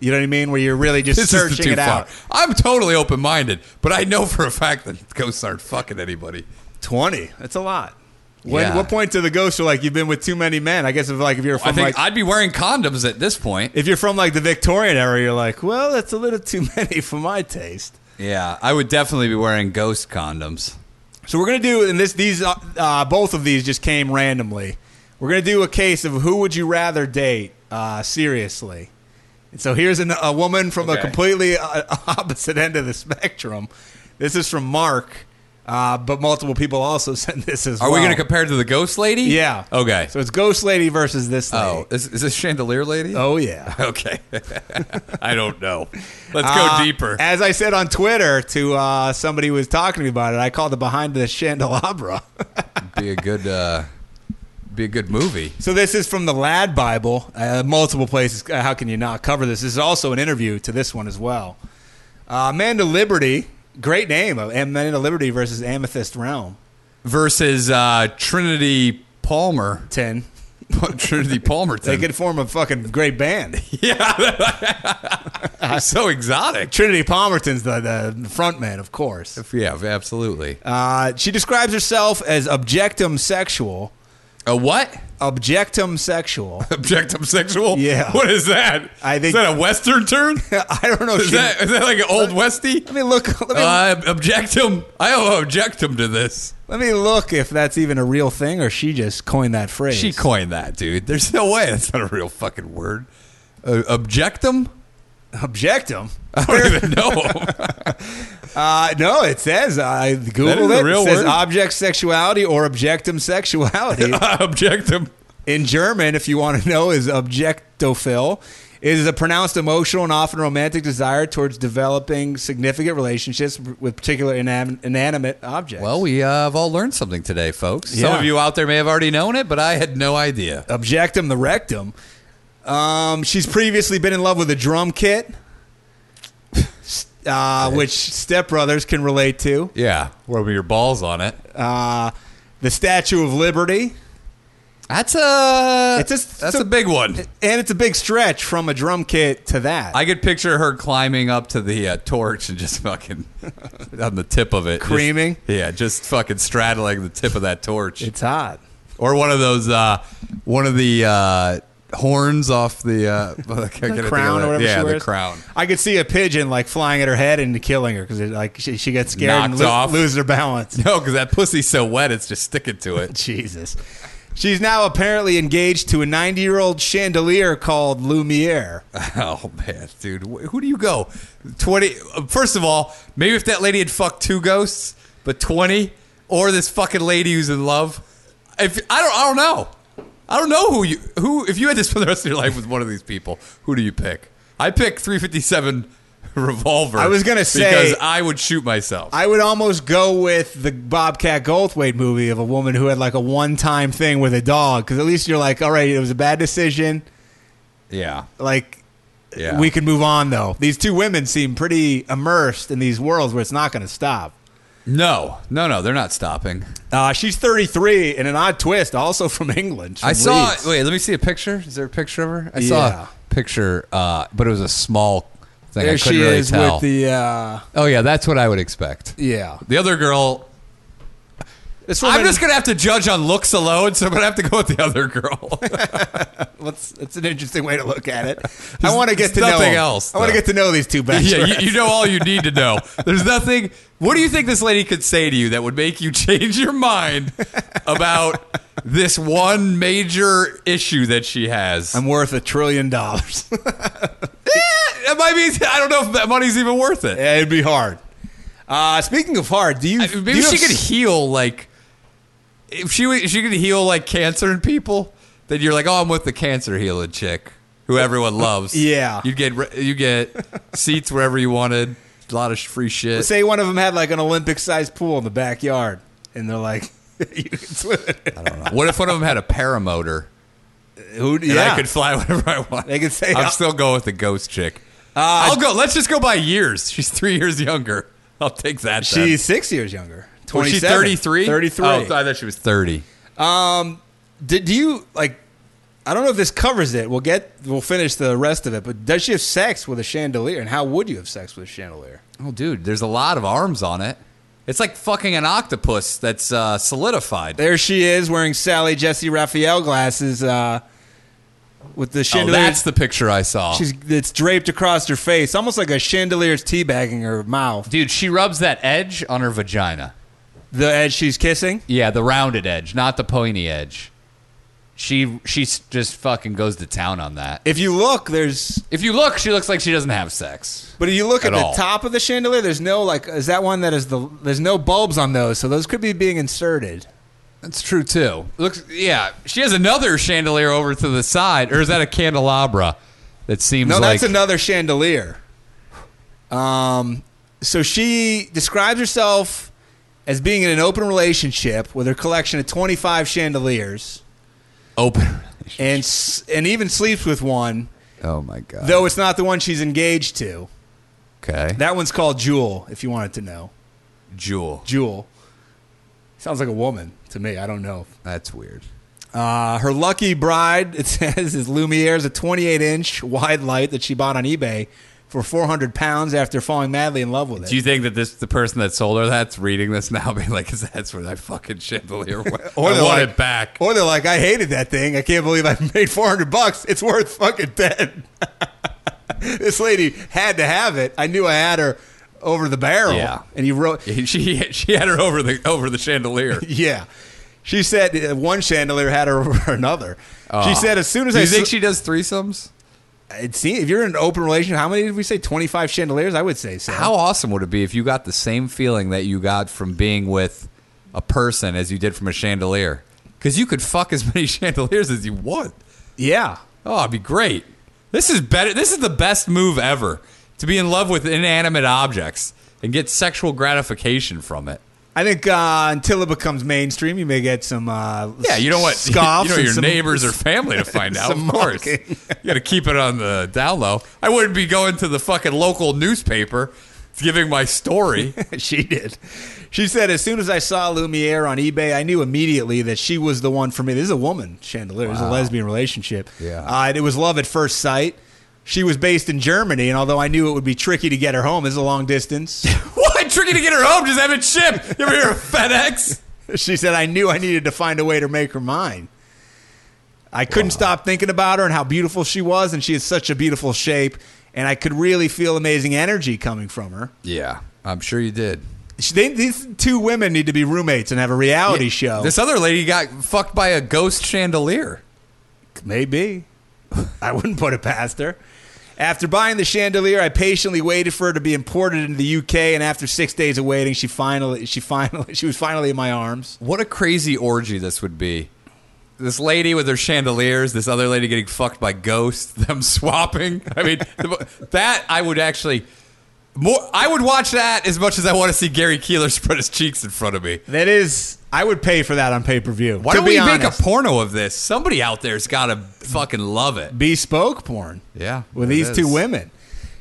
[SPEAKER 3] You know what I mean? Where you're really just
[SPEAKER 4] This is
[SPEAKER 3] searching
[SPEAKER 4] too
[SPEAKER 3] it
[SPEAKER 4] far.
[SPEAKER 3] out.
[SPEAKER 4] I'm totally open minded, but I know for a fact that ghosts aren't fucking anybody.
[SPEAKER 3] Twenty. That's a lot. When,
[SPEAKER 4] Yeah.
[SPEAKER 3] What point do the ghosts are like? You've been with too many men. I guess if like if you're
[SPEAKER 4] I
[SPEAKER 3] from
[SPEAKER 4] think
[SPEAKER 3] like
[SPEAKER 4] I'd be wearing condoms at this point.
[SPEAKER 3] if you're from like the Victorian era, you're like, well, that's a little too many for my taste.
[SPEAKER 4] Yeah, I would definitely be wearing ghost condoms.
[SPEAKER 3] So we're gonna do, and this these uh, uh, both of these just came randomly. We're gonna do a case of who would you rather date uh, seriously. And so here's an, a woman from a
[SPEAKER 4] Okay.
[SPEAKER 3] completely uh, opposite end of the spectrum. This is from Mark, uh, but multiple people also sent this as
[SPEAKER 4] Are
[SPEAKER 3] well.
[SPEAKER 4] we going to compare it to the ghost lady?
[SPEAKER 3] Yeah.
[SPEAKER 4] Okay.
[SPEAKER 3] So it's Ghost Lady versus this lady.
[SPEAKER 4] oh, is, is this chandelier lady?
[SPEAKER 3] Oh yeah.
[SPEAKER 4] Okay. I don't know. Let's go
[SPEAKER 3] Uh,
[SPEAKER 4] deeper.
[SPEAKER 3] As I said on Twitter to uh, somebody who was talking to me about it, I called it behind the candelabra.
[SPEAKER 4] Be a good uh be a good movie.
[SPEAKER 3] So this is from the Lad Bible, uh, multiple places. Uh, How can you not cover this? This is also an interview to this one as well. Uh, Amanda Liberty, great name. uh, Amanda Liberty versus Amethyst Realm.
[SPEAKER 4] Versus uh Trinity Palmer.
[SPEAKER 3] Ten.
[SPEAKER 4] Trinity Palmer.
[SPEAKER 3] They could form a fucking great band.
[SPEAKER 4] so exotic.
[SPEAKER 3] Trinity Palmerton's the, the front man, of course.
[SPEAKER 4] Yeah, absolutely.
[SPEAKER 3] Uh, she describes herself as objectum sexual.
[SPEAKER 4] A what?
[SPEAKER 3] Objectum sexual.
[SPEAKER 4] Objective sexual?
[SPEAKER 3] Yeah.
[SPEAKER 4] What is that?
[SPEAKER 3] I think-
[SPEAKER 4] is that a Western term?
[SPEAKER 3] I don't know.
[SPEAKER 4] Is
[SPEAKER 3] She,
[SPEAKER 4] that, is that like an old Westy?
[SPEAKER 3] let me look. Let me,
[SPEAKER 4] Uh, objectum. I owe objectum to this.
[SPEAKER 3] let me look if that's even a real thing, or she just coined that phrase.
[SPEAKER 4] She coined that, dude. There's no way that's not a real fucking word. Uh, objectum?
[SPEAKER 3] objectum.
[SPEAKER 4] I don't even know.
[SPEAKER 3] Uh, no, it says I googled
[SPEAKER 4] a
[SPEAKER 3] it.
[SPEAKER 4] real
[SPEAKER 3] it says
[SPEAKER 4] word.
[SPEAKER 3] object sexuality or objectum sexuality
[SPEAKER 4] objectum.
[SPEAKER 3] in German. If you want to know, is objectophil. It is a pronounced emotional and often romantic desire towards developing significant relationships with particular inam- inanimate objects.
[SPEAKER 4] Well, we uh, have all learned something today, folks. Some
[SPEAKER 3] Yeah.
[SPEAKER 4] of you out there may have already known it, but I had no idea.
[SPEAKER 3] objectum the rectum. Um, she's previously been in love with a drum kit, uh, which stepbrothers can relate to.
[SPEAKER 4] Yeah, rub your balls on it.
[SPEAKER 3] Uh, the Statue of Liberty.
[SPEAKER 4] That's a
[SPEAKER 3] It's just-
[SPEAKER 4] that's
[SPEAKER 3] so-
[SPEAKER 4] a big one.
[SPEAKER 3] And it's a big stretch from a drum kit to that.
[SPEAKER 4] I could picture her climbing up to the uh, torch and just fucking on the tip of it, just-
[SPEAKER 3] Creaming?
[SPEAKER 4] yeah, just fucking straddling the tip of that torch,
[SPEAKER 3] it's hot.
[SPEAKER 4] or one of those, uh, one of the uh, horns off the, uh, the
[SPEAKER 3] crown or whatever
[SPEAKER 4] Yeah,
[SPEAKER 3] she
[SPEAKER 4] the
[SPEAKER 3] wears.
[SPEAKER 4] crown.
[SPEAKER 3] I could see a pigeon like flying at her head and killing her because like she, she gets scared and
[SPEAKER 4] Knocked off.
[SPEAKER 3] loses her balance.
[SPEAKER 4] No, because that pussy's so wet, it's just sticking to it.
[SPEAKER 3] Jesus. She's now apparently engaged to a 90 year old chandelier called Lumiere.
[SPEAKER 4] Oh man, dude, Wh- who do you go? Twenty. First of all, maybe if that lady had fucked two ghosts, but twenty, or this fucking lady who's in love. If I don't, I don't know. I don't know who you who. If you had this for the rest of your life with one of these people, who do you pick? I pick three fifty seven revolver.
[SPEAKER 3] I was gonna say-
[SPEAKER 4] because I would shoot myself.
[SPEAKER 3] I would almost go with the Bobcat Goldthwait movie of a woman who had like a one time thing with a dog because at least you're like, all right, it was a bad decision.
[SPEAKER 4] yeah,
[SPEAKER 3] Like,
[SPEAKER 4] yeah.
[SPEAKER 3] we can move on though. These two women seem pretty immersed in these worlds where it's not going to stop.
[SPEAKER 4] no, no, no. They're not stopping.
[SPEAKER 3] Uh, she's 33 in an odd twist, also from England. from
[SPEAKER 4] I saw.
[SPEAKER 3] Leeds.
[SPEAKER 4] Wait, let me see a picture. Is there a picture of her? I
[SPEAKER 3] Yeah.
[SPEAKER 4] saw a picture, uh, but it was a small thing. I
[SPEAKER 3] There
[SPEAKER 4] couldn't
[SPEAKER 3] she
[SPEAKER 4] really
[SPEAKER 3] is
[SPEAKER 4] tell.
[SPEAKER 3] with the uh,
[SPEAKER 4] oh yeah, that's what I would expect.
[SPEAKER 3] yeah.
[SPEAKER 4] The other girl.
[SPEAKER 3] This
[SPEAKER 4] I'm just gonna have to judge on looks alone, so I'm gonna have to go with the other girl.
[SPEAKER 3] Let's, it's an interesting way to look at it. I want to get
[SPEAKER 4] there's
[SPEAKER 3] to know
[SPEAKER 4] nothing
[SPEAKER 3] them.
[SPEAKER 4] else,
[SPEAKER 3] I want to
[SPEAKER 4] though.
[SPEAKER 3] get to know these two bachelorettes.
[SPEAKER 4] yeah, you, you know all you need to know. There's nothing. What do you think this lady could say to you that would make you change your mind about this one major issue that she has?
[SPEAKER 3] I'm worth a trillion dollars.
[SPEAKER 4] it might be. I don't know if that money's even worth it.
[SPEAKER 3] Yeah, it'd be hard. Uh, speaking of hard, do you?
[SPEAKER 4] I-
[SPEAKER 3] do
[SPEAKER 4] maybe
[SPEAKER 3] you
[SPEAKER 4] she
[SPEAKER 3] have
[SPEAKER 4] could
[SPEAKER 3] s-
[SPEAKER 4] heal like if she wa- she could heal like cancer in people. Then you're like, oh, I'm with the cancer healing chick who everyone loves.
[SPEAKER 3] Yeah.
[SPEAKER 4] you get re- you get seats wherever you wanted. A lot of sh- free shit.
[SPEAKER 3] say one of them had like an Olympic-sized pool in the backyard, and they're like, "You can swim." in it."
[SPEAKER 4] what if one of them had a paramotor
[SPEAKER 3] Who?
[SPEAKER 4] and
[SPEAKER 3] Yeah,
[SPEAKER 4] I could fly whenever I want?
[SPEAKER 3] They could say- uh,
[SPEAKER 4] I'm still going with the ghost chick. I'll go. Let's just go by years. She's three years younger. I'll take that. then.
[SPEAKER 3] she's six years younger.
[SPEAKER 4] was she
[SPEAKER 3] 27.
[SPEAKER 4] 33?
[SPEAKER 3] 33.
[SPEAKER 4] Oh, I thought she was 30.
[SPEAKER 3] Did do you like? I don't know if this covers it. We'll get. We'll finish the rest of it. But does she have sex with a chandelier? And how would you have sex with a chandelier?
[SPEAKER 4] Oh, dude, there's a lot of arms on it. It's like fucking an octopus that's uh, solidified.
[SPEAKER 3] There she is wearing Sally Jesse Raphael glasses uh, with the
[SPEAKER 4] Oh,
[SPEAKER 3] chandelier.
[SPEAKER 4] that's the picture I saw.
[SPEAKER 3] She's it's draped across her face, almost like a chandelier's teabagging her mouth.
[SPEAKER 4] dude, she rubs that edge on her vagina.
[SPEAKER 3] The edge she's kissing.
[SPEAKER 4] Yeah, the rounded edge, not the pointy edge. She she s- just fucking goes to town on that.
[SPEAKER 3] If you look, there's
[SPEAKER 4] If you look, she looks like she doesn't have sex.
[SPEAKER 3] but if you look at,
[SPEAKER 4] At
[SPEAKER 3] the
[SPEAKER 4] all.
[SPEAKER 3] top of the chandelier, there's no like is that one that is the there's no bulbs on those, so those could be being inserted.
[SPEAKER 4] That's true too. Looks yeah, she has another chandelier over to the side, or is that a candelabra? That seems
[SPEAKER 3] No,
[SPEAKER 4] like
[SPEAKER 3] that's another chandelier. Um, so she describes herself as being in an open relationship with her collection of 25 chandeliers,
[SPEAKER 4] open.
[SPEAKER 3] and s- and even sleeps with one,
[SPEAKER 4] Oh my god.
[SPEAKER 3] though it's not the one she's engaged to.
[SPEAKER 4] Okay.
[SPEAKER 3] That one's called Jewel, if you wanted to know.
[SPEAKER 4] jewel.
[SPEAKER 3] Jewel. Sounds like a woman to me. I don't know.
[SPEAKER 4] That's weird.
[SPEAKER 3] Uh, her lucky bride, it says, is Lumiere's a 28 inch wide light that she bought on eBay for 400 pounds after falling madly in love with it.
[SPEAKER 4] Do you think that this the person that sold her that's reading this now being like, is that's where that fucking chandelier went?
[SPEAKER 3] Or
[SPEAKER 4] I
[SPEAKER 3] they're
[SPEAKER 4] want
[SPEAKER 3] like-
[SPEAKER 4] it back.
[SPEAKER 3] or they're like, I hated that thing. I can't believe I made 400 bucks. It's worth fucking 10. this lady had to have it. I knew I had her over the barrel.
[SPEAKER 4] Yeah.
[SPEAKER 3] And you wrote,
[SPEAKER 4] She she had her over the over the chandelier. Do
[SPEAKER 3] Yeah. She said uh, one chandelier had her over another. she said as soon as I
[SPEAKER 4] Uh, you think
[SPEAKER 3] sl-
[SPEAKER 4] she does threesomes?
[SPEAKER 3] it seems, if you're in an open relationship, how many did we say? 25 chandeliers? I would say so.
[SPEAKER 4] How awesome would it be if you got the same feeling that you got from being with a person as you did from a chandelier? Because you could fuck as many chandeliers as you want.
[SPEAKER 3] Yeah.
[SPEAKER 4] Oh, it'd be great. This is better. This is the best move ever to be in love with inanimate objects and get sexual gratification from it.
[SPEAKER 3] I think uh, until it becomes mainstream, you may get some. Uh,
[SPEAKER 4] Yeah, you don't want
[SPEAKER 3] scoffs
[SPEAKER 4] you know
[SPEAKER 3] and
[SPEAKER 4] your
[SPEAKER 3] some-
[SPEAKER 4] neighbors or family to find out.
[SPEAKER 3] some
[SPEAKER 4] Of course, you
[SPEAKER 3] mocking.
[SPEAKER 4] got to keep it on the down low. I wouldn't be going to the fucking local newspaper giving my story.
[SPEAKER 3] she did. She said, as soon as I saw Lumiere on eBay, I knew immediately that she was the one for me. This is a woman, Chandelier. This is a lesbian relationship.
[SPEAKER 7] Yeah.
[SPEAKER 3] Uh, it was love at first sight. She was based in Germany, and although I knew it would be tricky to get her home, it's a long distance.
[SPEAKER 4] what? Tricky to get her home. Just have it shipped. You ever hear of FedEx?
[SPEAKER 3] she said, I knew I needed to find a way to make her mine. I couldn't stop thinking about her and how beautiful she was, and she is such a beautiful shape. And I could really feel amazing energy coming from her.
[SPEAKER 4] Yeah, I'm sure you did.
[SPEAKER 3] She- They, these two women need to be roommates and have a reality show.
[SPEAKER 4] This other lady got fucked by a ghost chandelier.
[SPEAKER 3] Maybe. I wouldn't put it past her. After buying the chandelier, I patiently waited for her to be imported into the UK, and after six days of waiting, she finally, she finally, she was finally in my arms.
[SPEAKER 4] What a crazy orgy this would be. This lady with her chandeliers, this other lady getting fucked by ghosts, them swapping. I mean, the- that I would actually more. I would watch that as much as I want to see Gary Keeler spread his cheeks in front of me.
[SPEAKER 3] That is, I would pay for that on pay per view.
[SPEAKER 4] Why don't we make a porno of this? Somebody out there's got to fucking love it.
[SPEAKER 3] bespoke porn?
[SPEAKER 4] Yeah,
[SPEAKER 3] with
[SPEAKER 4] it
[SPEAKER 3] these
[SPEAKER 4] is.
[SPEAKER 3] two women.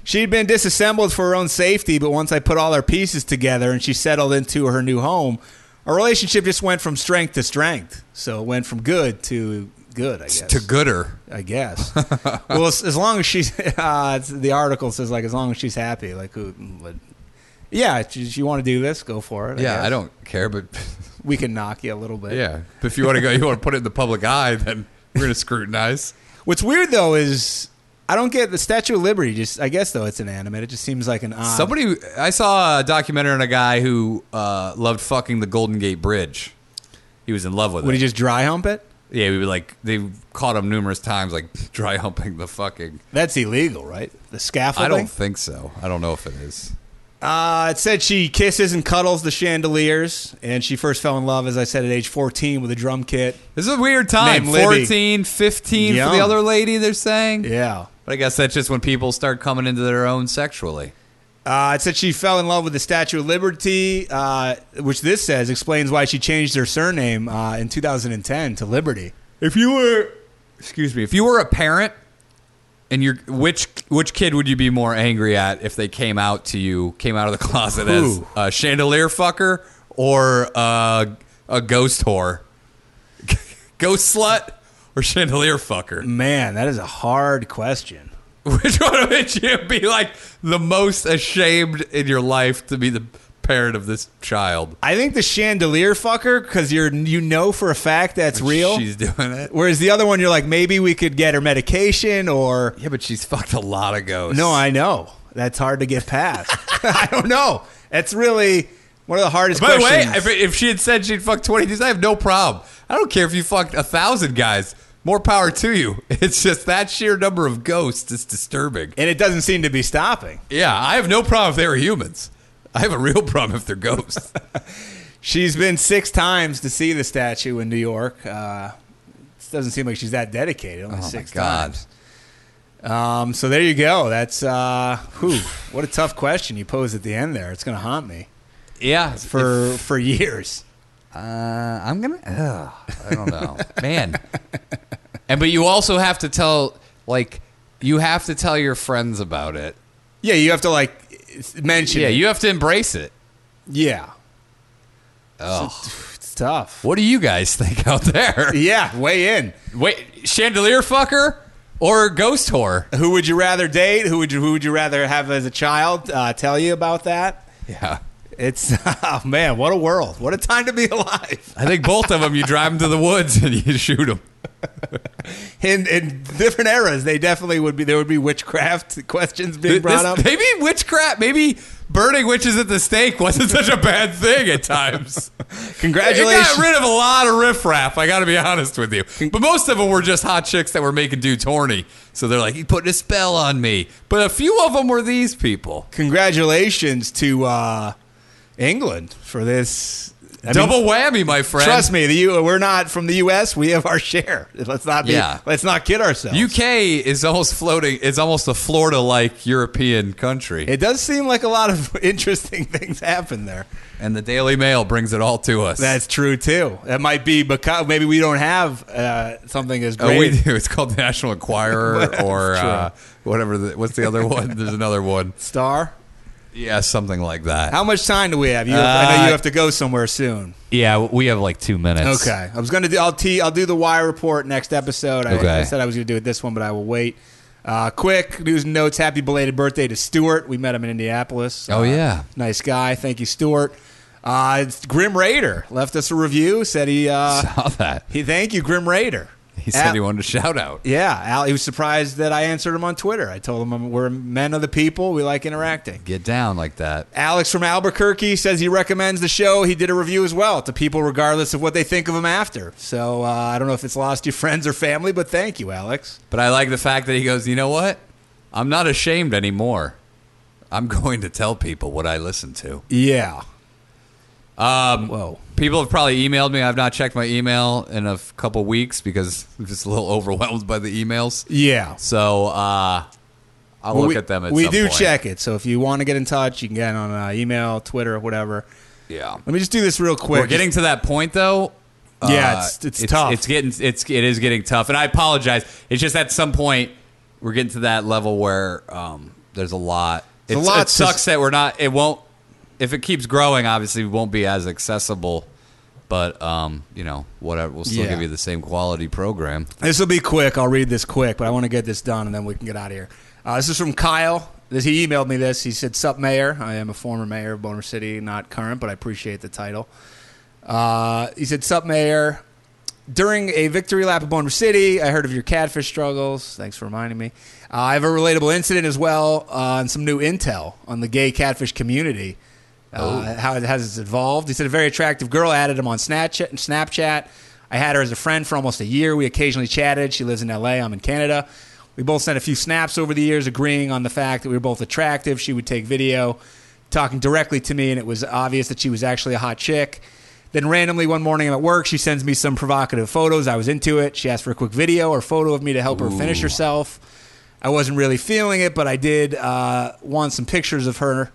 [SPEAKER 3] She'd been disassembled for her own safety, but once I put all her pieces together and she settled into her new home, our relationship just went from strength to strength. So it went from good to good, I guess.
[SPEAKER 4] To gooder.
[SPEAKER 3] I guess. well, as, as long as she's, uh, it's, the article says like as long as she's happy, like who, but yeah, if you, want to do this, go for it.
[SPEAKER 4] Yeah,
[SPEAKER 3] guess.
[SPEAKER 4] I don't care, but
[SPEAKER 3] We can knock you a little bit.
[SPEAKER 4] yeah, if you want to go, you want to put it in the public eye, then we're gonna scrutinize.
[SPEAKER 3] What's weird though is I don't get the Statue of Liberty. Just I guess though it's inanimate. It just seems like an odd.
[SPEAKER 4] Somebody, I saw a documentary on a guy who uh, loved fucking the Golden Gate Bridge. He was in love with
[SPEAKER 3] would
[SPEAKER 4] it.
[SPEAKER 3] he just dry hump it?
[SPEAKER 4] yeah, we were like they caught him numerous times, like dry humping the fucking.
[SPEAKER 3] That's illegal, right? The
[SPEAKER 4] I
[SPEAKER 3] scaffolding.
[SPEAKER 4] don't think so. I don't know if it is.
[SPEAKER 3] Uh, it said she kisses and cuddles the chandeliers, and she first fell in love, as I said, at age 14 with a drum kit.
[SPEAKER 4] This is a weird time.
[SPEAKER 3] Named Libby.
[SPEAKER 4] 14, 15 for
[SPEAKER 3] Young.
[SPEAKER 4] the other lady. They're saying.
[SPEAKER 3] Yeah.
[SPEAKER 4] But I guess that's just when people start coming into their own sexually.
[SPEAKER 3] Uh, it said she fell in love with the Statue of Liberty, uh, which this says explains why she changed her surname uh, in 2010 to Liberty.
[SPEAKER 4] If you were, excuse me, if you were a parent, and your which which kid would you be more angry at if they came out to you, came out of the closet
[SPEAKER 3] Who?
[SPEAKER 4] as a chandelier fucker or a, a ghost whore, ghost slut or chandelier fucker?
[SPEAKER 3] Man, that is a hard question.
[SPEAKER 4] Which one would you be like the most ashamed in your life to be the parent of this child?
[SPEAKER 3] I think the chandelier fucker, because you're you know for a fact that's real.
[SPEAKER 4] She's doing it.
[SPEAKER 3] Whereas the other one, you're like maybe we could get her medication or
[SPEAKER 4] Yeah, but she's fucked a lot of ghosts.
[SPEAKER 3] No, I know. That's hard to get past. I don't know. That's really one of the hardest
[SPEAKER 4] By the way,
[SPEAKER 3] questions.
[SPEAKER 4] if, if she had said she'd fuck 20 dudes, I have no problem. I don't care if you fucked a thousand guys. More power to you. It's just that sheer number of ghosts is disturbing.
[SPEAKER 3] and it doesn't seem to be stopping.
[SPEAKER 4] Yeah, I have no problem if they were humans. I have a real problem if they're ghosts.
[SPEAKER 3] She's been six times to see the statue in New York. Uh, it doesn't seem like she's that dedicated. Only
[SPEAKER 4] Oh, my
[SPEAKER 3] six
[SPEAKER 4] God.
[SPEAKER 3] times. Um, so there you go. That's uh, whew, what a tough question you posed at the end there. It's going to haunt me
[SPEAKER 4] yeah,
[SPEAKER 3] for for years.
[SPEAKER 4] Uh, I'm gonna. Ugh, I don't know, man. And but you also have to tell, like, you have to tell your friends about it.
[SPEAKER 3] Yeah, you have to like mention.
[SPEAKER 4] Yeah,
[SPEAKER 3] it.
[SPEAKER 4] you have to embrace it.
[SPEAKER 3] yeah.
[SPEAKER 4] Ugh.
[SPEAKER 3] It's tough.
[SPEAKER 4] What do you guys think out there?
[SPEAKER 3] Yeah, weigh in.
[SPEAKER 4] Wait, chandelier fucker or ghost whore?
[SPEAKER 3] Who would you rather date? Who would you Who would you rather have as a child? Uh, tell you about that.
[SPEAKER 4] Yeah.
[SPEAKER 3] It's oh man, what a world! What a time to be alive.
[SPEAKER 4] I think both of them, you drive them to the woods and you shoot them.
[SPEAKER 3] In in different eras, they definitely would be. There would be witchcraft questions being brought up.
[SPEAKER 4] maybe witchcraft, maybe burning witches at the stake wasn't such a bad thing at times.
[SPEAKER 3] Congratulations.
[SPEAKER 4] It got rid of a lot of riffraff, I got to be honest with you. But most of them were just hot chicks that were making dudes horny. So they're like, he putting a spell on me. But a few of them were these people.
[SPEAKER 3] Congratulations to uh, England for this. I mean,
[SPEAKER 4] Double whammy, my friend.
[SPEAKER 3] Trust me, the U, we're not from the U.S. We have our share. Let's not be.
[SPEAKER 4] Yeah.
[SPEAKER 3] Let's not kid ourselves.
[SPEAKER 4] UK is almost floating, it's almost a Florida like European country.
[SPEAKER 3] it does seem like a lot of interesting things happen there.
[SPEAKER 4] and the Daily Mail brings it all to us.
[SPEAKER 3] That's true too. That might be because maybe we don't have uh, something as
[SPEAKER 4] Oh, we
[SPEAKER 3] great.
[SPEAKER 4] do. It's called the National Enquirer or uh, whatever. The, what's the other one? There's another one.
[SPEAKER 3] Star.
[SPEAKER 4] Yeah, something like that.
[SPEAKER 3] How much time do we have? You have, I
[SPEAKER 4] Uh,
[SPEAKER 3] know you have to go somewhere soon.
[SPEAKER 4] yeah, we have like two minutes.
[SPEAKER 3] Okay, I was gonna do. I'll t. I'll do the Y report next episode. I,
[SPEAKER 4] Okay.
[SPEAKER 3] I said I was gonna do it this one, but I will wait. Uh, quick news and notes. Happy belated birthday to Stuart. We met him in Indianapolis.
[SPEAKER 4] Oh,
[SPEAKER 3] Uh,
[SPEAKER 4] yeah.
[SPEAKER 3] nice guy. Thank you, Stuart. Uh, it's Grim Raider left us a review. Said he. Uh,
[SPEAKER 4] Saw that.
[SPEAKER 3] he thank you, Grim Raider.
[SPEAKER 4] He said
[SPEAKER 3] Al-
[SPEAKER 4] he wanted a shout out.
[SPEAKER 3] Yeah, Al, he was surprised that I answered him on Twitter. I told him I'm- we're men of the people. We like interacting.
[SPEAKER 4] Get down like that.
[SPEAKER 3] Alex from Albuquerque says he recommends the show. He did a review as well to people, regardless of what they think of him after. So uh, I don't know if it's lost you friends or family, but thank you, Alex.
[SPEAKER 4] But I like the fact that he goes, you know what? I'm not ashamed anymore. I'm going to tell people what I listen to.
[SPEAKER 3] Yeah. Um, Whoa.
[SPEAKER 4] People have probably emailed me. I've not checked my email in a f- couple weeks because I'm just a little overwhelmed by the emails.
[SPEAKER 3] Yeah.
[SPEAKER 4] So uh, I'll
[SPEAKER 3] Well,
[SPEAKER 4] look
[SPEAKER 3] we,
[SPEAKER 4] at them at
[SPEAKER 3] we
[SPEAKER 4] some
[SPEAKER 3] do
[SPEAKER 4] point.
[SPEAKER 3] check it. So if you want to get in touch, you can get on uh, email, Twitter, whatever.
[SPEAKER 4] Yeah.
[SPEAKER 3] Let me just do this real quick.
[SPEAKER 4] We're getting to that point though. uh,
[SPEAKER 3] Yeah, it's- it's tough.
[SPEAKER 4] It's getting it's it is getting tough, and I apologize. It's just at some point we're getting to that level where um, there's a lot.
[SPEAKER 3] There's a
[SPEAKER 4] It's-
[SPEAKER 3] lot
[SPEAKER 4] It
[SPEAKER 3] to-
[SPEAKER 4] sucks that we're not. It won't. If it keeps growing, obviously, we won't be as accessible. But um, you know, whatever. We'll still
[SPEAKER 3] Yeah.
[SPEAKER 4] give you the same quality program.
[SPEAKER 3] This will be quick. I'll read this quick, but I want to get this done and then we can get out of here. Uh, this is from Kyle. This, he emailed me this. He said, Sup, Mayor. I am a former mayor of Boner City, not current, but I appreciate the title. Uh, he said, Sup, Mayor. During a victory lap at Boner City, I heard of your catfish struggles. Thanks for reminding me. Uh, I have a relatable incident as well uh, and some new intel on the gay catfish community. Uh, how it has evolved. He said a very attractive girl added him on Snapchat. Snapchat. I had her as a friend for almost a year. We occasionally chatted. She lives in LA. I'm in Canada. We both sent a few snaps over the years, agreeing on the fact that we were both attractive. She would take video, talking directly to me, and it was obvious that she was actually a hot chick. Then randomly one morning I'm at work, she sends me some provocative photos. I was into it. She asked for a quick video or photo of me to help her finish herself. I wasn't really feeling it, but I did uh, want some pictures of her.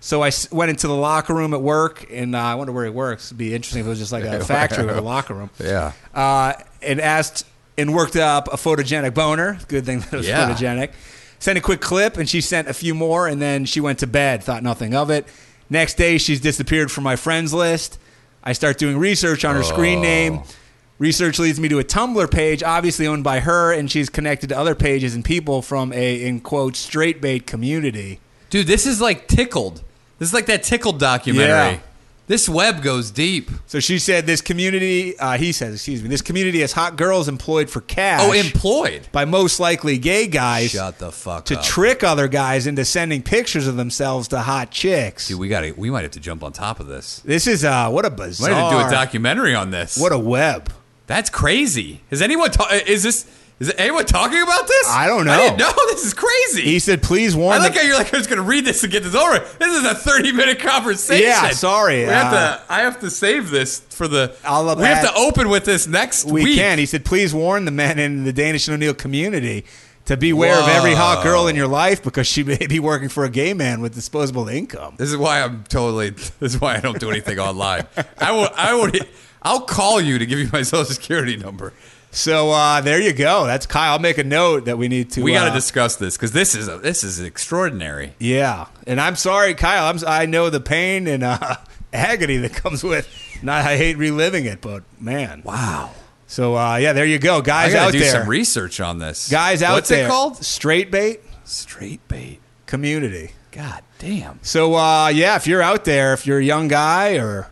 [SPEAKER 3] So I s- went into the locker room at work, and uh, I wonder where it works. It'd be interesting if it was just like a factory with a locker room.
[SPEAKER 4] Yeah.
[SPEAKER 3] Uh, and asked and worked up a photogenic boner. Good thing that it was
[SPEAKER 4] Yeah.
[SPEAKER 3] photogenic. Sent a quick clip, and she sent a few more, and then she went to bed. Thought nothing of it. Next day, she's disappeared from my friends list. I start doing research on her screen name.
[SPEAKER 4] Oh.
[SPEAKER 3] Research leads me to a Tumblr page, obviously owned by her, and she's connected to other pages and people from a in quote straight bait community.
[SPEAKER 4] Dude, this is like tickled. This is like that tickled documentary.
[SPEAKER 3] Yeah.
[SPEAKER 4] This web goes deep.
[SPEAKER 3] So she said, "This community," uh, he says, "Excuse me, this community has hot girls employed for cash."
[SPEAKER 4] Oh, employed.
[SPEAKER 3] by most likely gay guys
[SPEAKER 4] Shut the fuck
[SPEAKER 3] to
[SPEAKER 4] up.
[SPEAKER 3] trick other guys into sending pictures of themselves to hot chicks.
[SPEAKER 4] Dude, we got to We might have to jump on top of this.
[SPEAKER 3] This is uh, what a
[SPEAKER 4] Might
[SPEAKER 3] bizarre.
[SPEAKER 4] have to do a documentary on this.
[SPEAKER 3] what a web.
[SPEAKER 4] That's crazy. Is anyone ta- uh, is this is anyone talking about this?
[SPEAKER 3] I don't know.
[SPEAKER 4] I didn't know this is crazy.
[SPEAKER 3] He said, "Please warn."
[SPEAKER 4] I like
[SPEAKER 3] the-
[SPEAKER 4] how you're like I'm just gonna read this and get this over. with." This is a 30 minute conversation.
[SPEAKER 3] Yeah, sorry,
[SPEAKER 4] We have
[SPEAKER 3] uh,
[SPEAKER 4] to, I have to save this for the.
[SPEAKER 3] I'll
[SPEAKER 4] we have
[SPEAKER 3] add-
[SPEAKER 4] to open with this next
[SPEAKER 3] we
[SPEAKER 4] week.
[SPEAKER 3] can. He said, "Please warn the men in the Danish and O'Neill community." To beware of every hot girl in your life because she may be working for a gay man with disposable income.
[SPEAKER 4] This is why I'm totally. This is why I don't do anything online. I will. I will. I'll call you to give you my social security number.
[SPEAKER 3] So uh, there you go. That's Kyle. I'll make a note that we need to.
[SPEAKER 4] We got
[SPEAKER 3] uh,
[SPEAKER 4] to discuss this because this is a, this is extraordinary.
[SPEAKER 3] Yeah, and I'm sorry, Kyle. I'm, I know the pain and uh, agony that comes with. Not I hate reliving it, but man.
[SPEAKER 4] Wow.
[SPEAKER 3] So uh, yeah, there you go,
[SPEAKER 4] I
[SPEAKER 3] guys
[SPEAKER 4] gotta
[SPEAKER 3] out
[SPEAKER 4] do
[SPEAKER 3] there.
[SPEAKER 4] some research on this.
[SPEAKER 3] guys out
[SPEAKER 4] What's
[SPEAKER 3] there.
[SPEAKER 4] it called?
[SPEAKER 3] Straight bait
[SPEAKER 4] Straight bait.
[SPEAKER 3] community.
[SPEAKER 4] God damn.
[SPEAKER 3] So uh, yeah, if you're out there, if you're a young guy or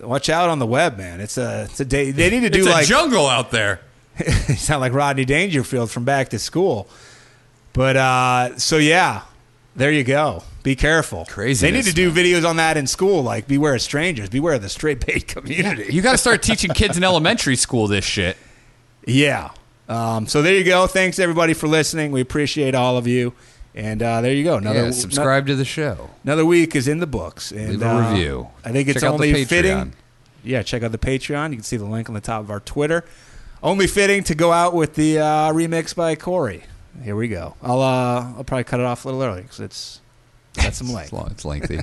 [SPEAKER 3] watch out on the web, man. It's a it's a day. They need to do
[SPEAKER 4] it's
[SPEAKER 3] like
[SPEAKER 4] a jungle out there.
[SPEAKER 3] you sound like Rodney Dangerfield from Back to School. But uh, so yeah, there you go. Be careful. They
[SPEAKER 4] Craziness,
[SPEAKER 3] need to do videos on that in school, like beware of strangers, beware of the straight bait community.
[SPEAKER 4] You got to start teaching kids in elementary school this shit.
[SPEAKER 3] Yeah. Um, so there you go. Thanks everybody for listening. We appreciate all of you. And uh, there you go. Another
[SPEAKER 4] to the show.
[SPEAKER 3] Another week is in the books. And,
[SPEAKER 4] Leave a
[SPEAKER 3] uh,
[SPEAKER 4] review.
[SPEAKER 3] I think it's
[SPEAKER 4] Check out the
[SPEAKER 3] only
[SPEAKER 4] Patreon.
[SPEAKER 3] fitting. Yeah, check out the Patreon. You can see the link on the top of our Twitter. Only fitting to go out with the uh, remix by Corey. Here we go. I'll uh, I'll probably cut it off a little early because it's got some length.
[SPEAKER 4] It's, long, it's lengthy.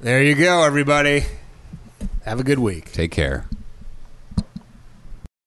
[SPEAKER 3] There you go, everybody. Have a good week.
[SPEAKER 4] Take care.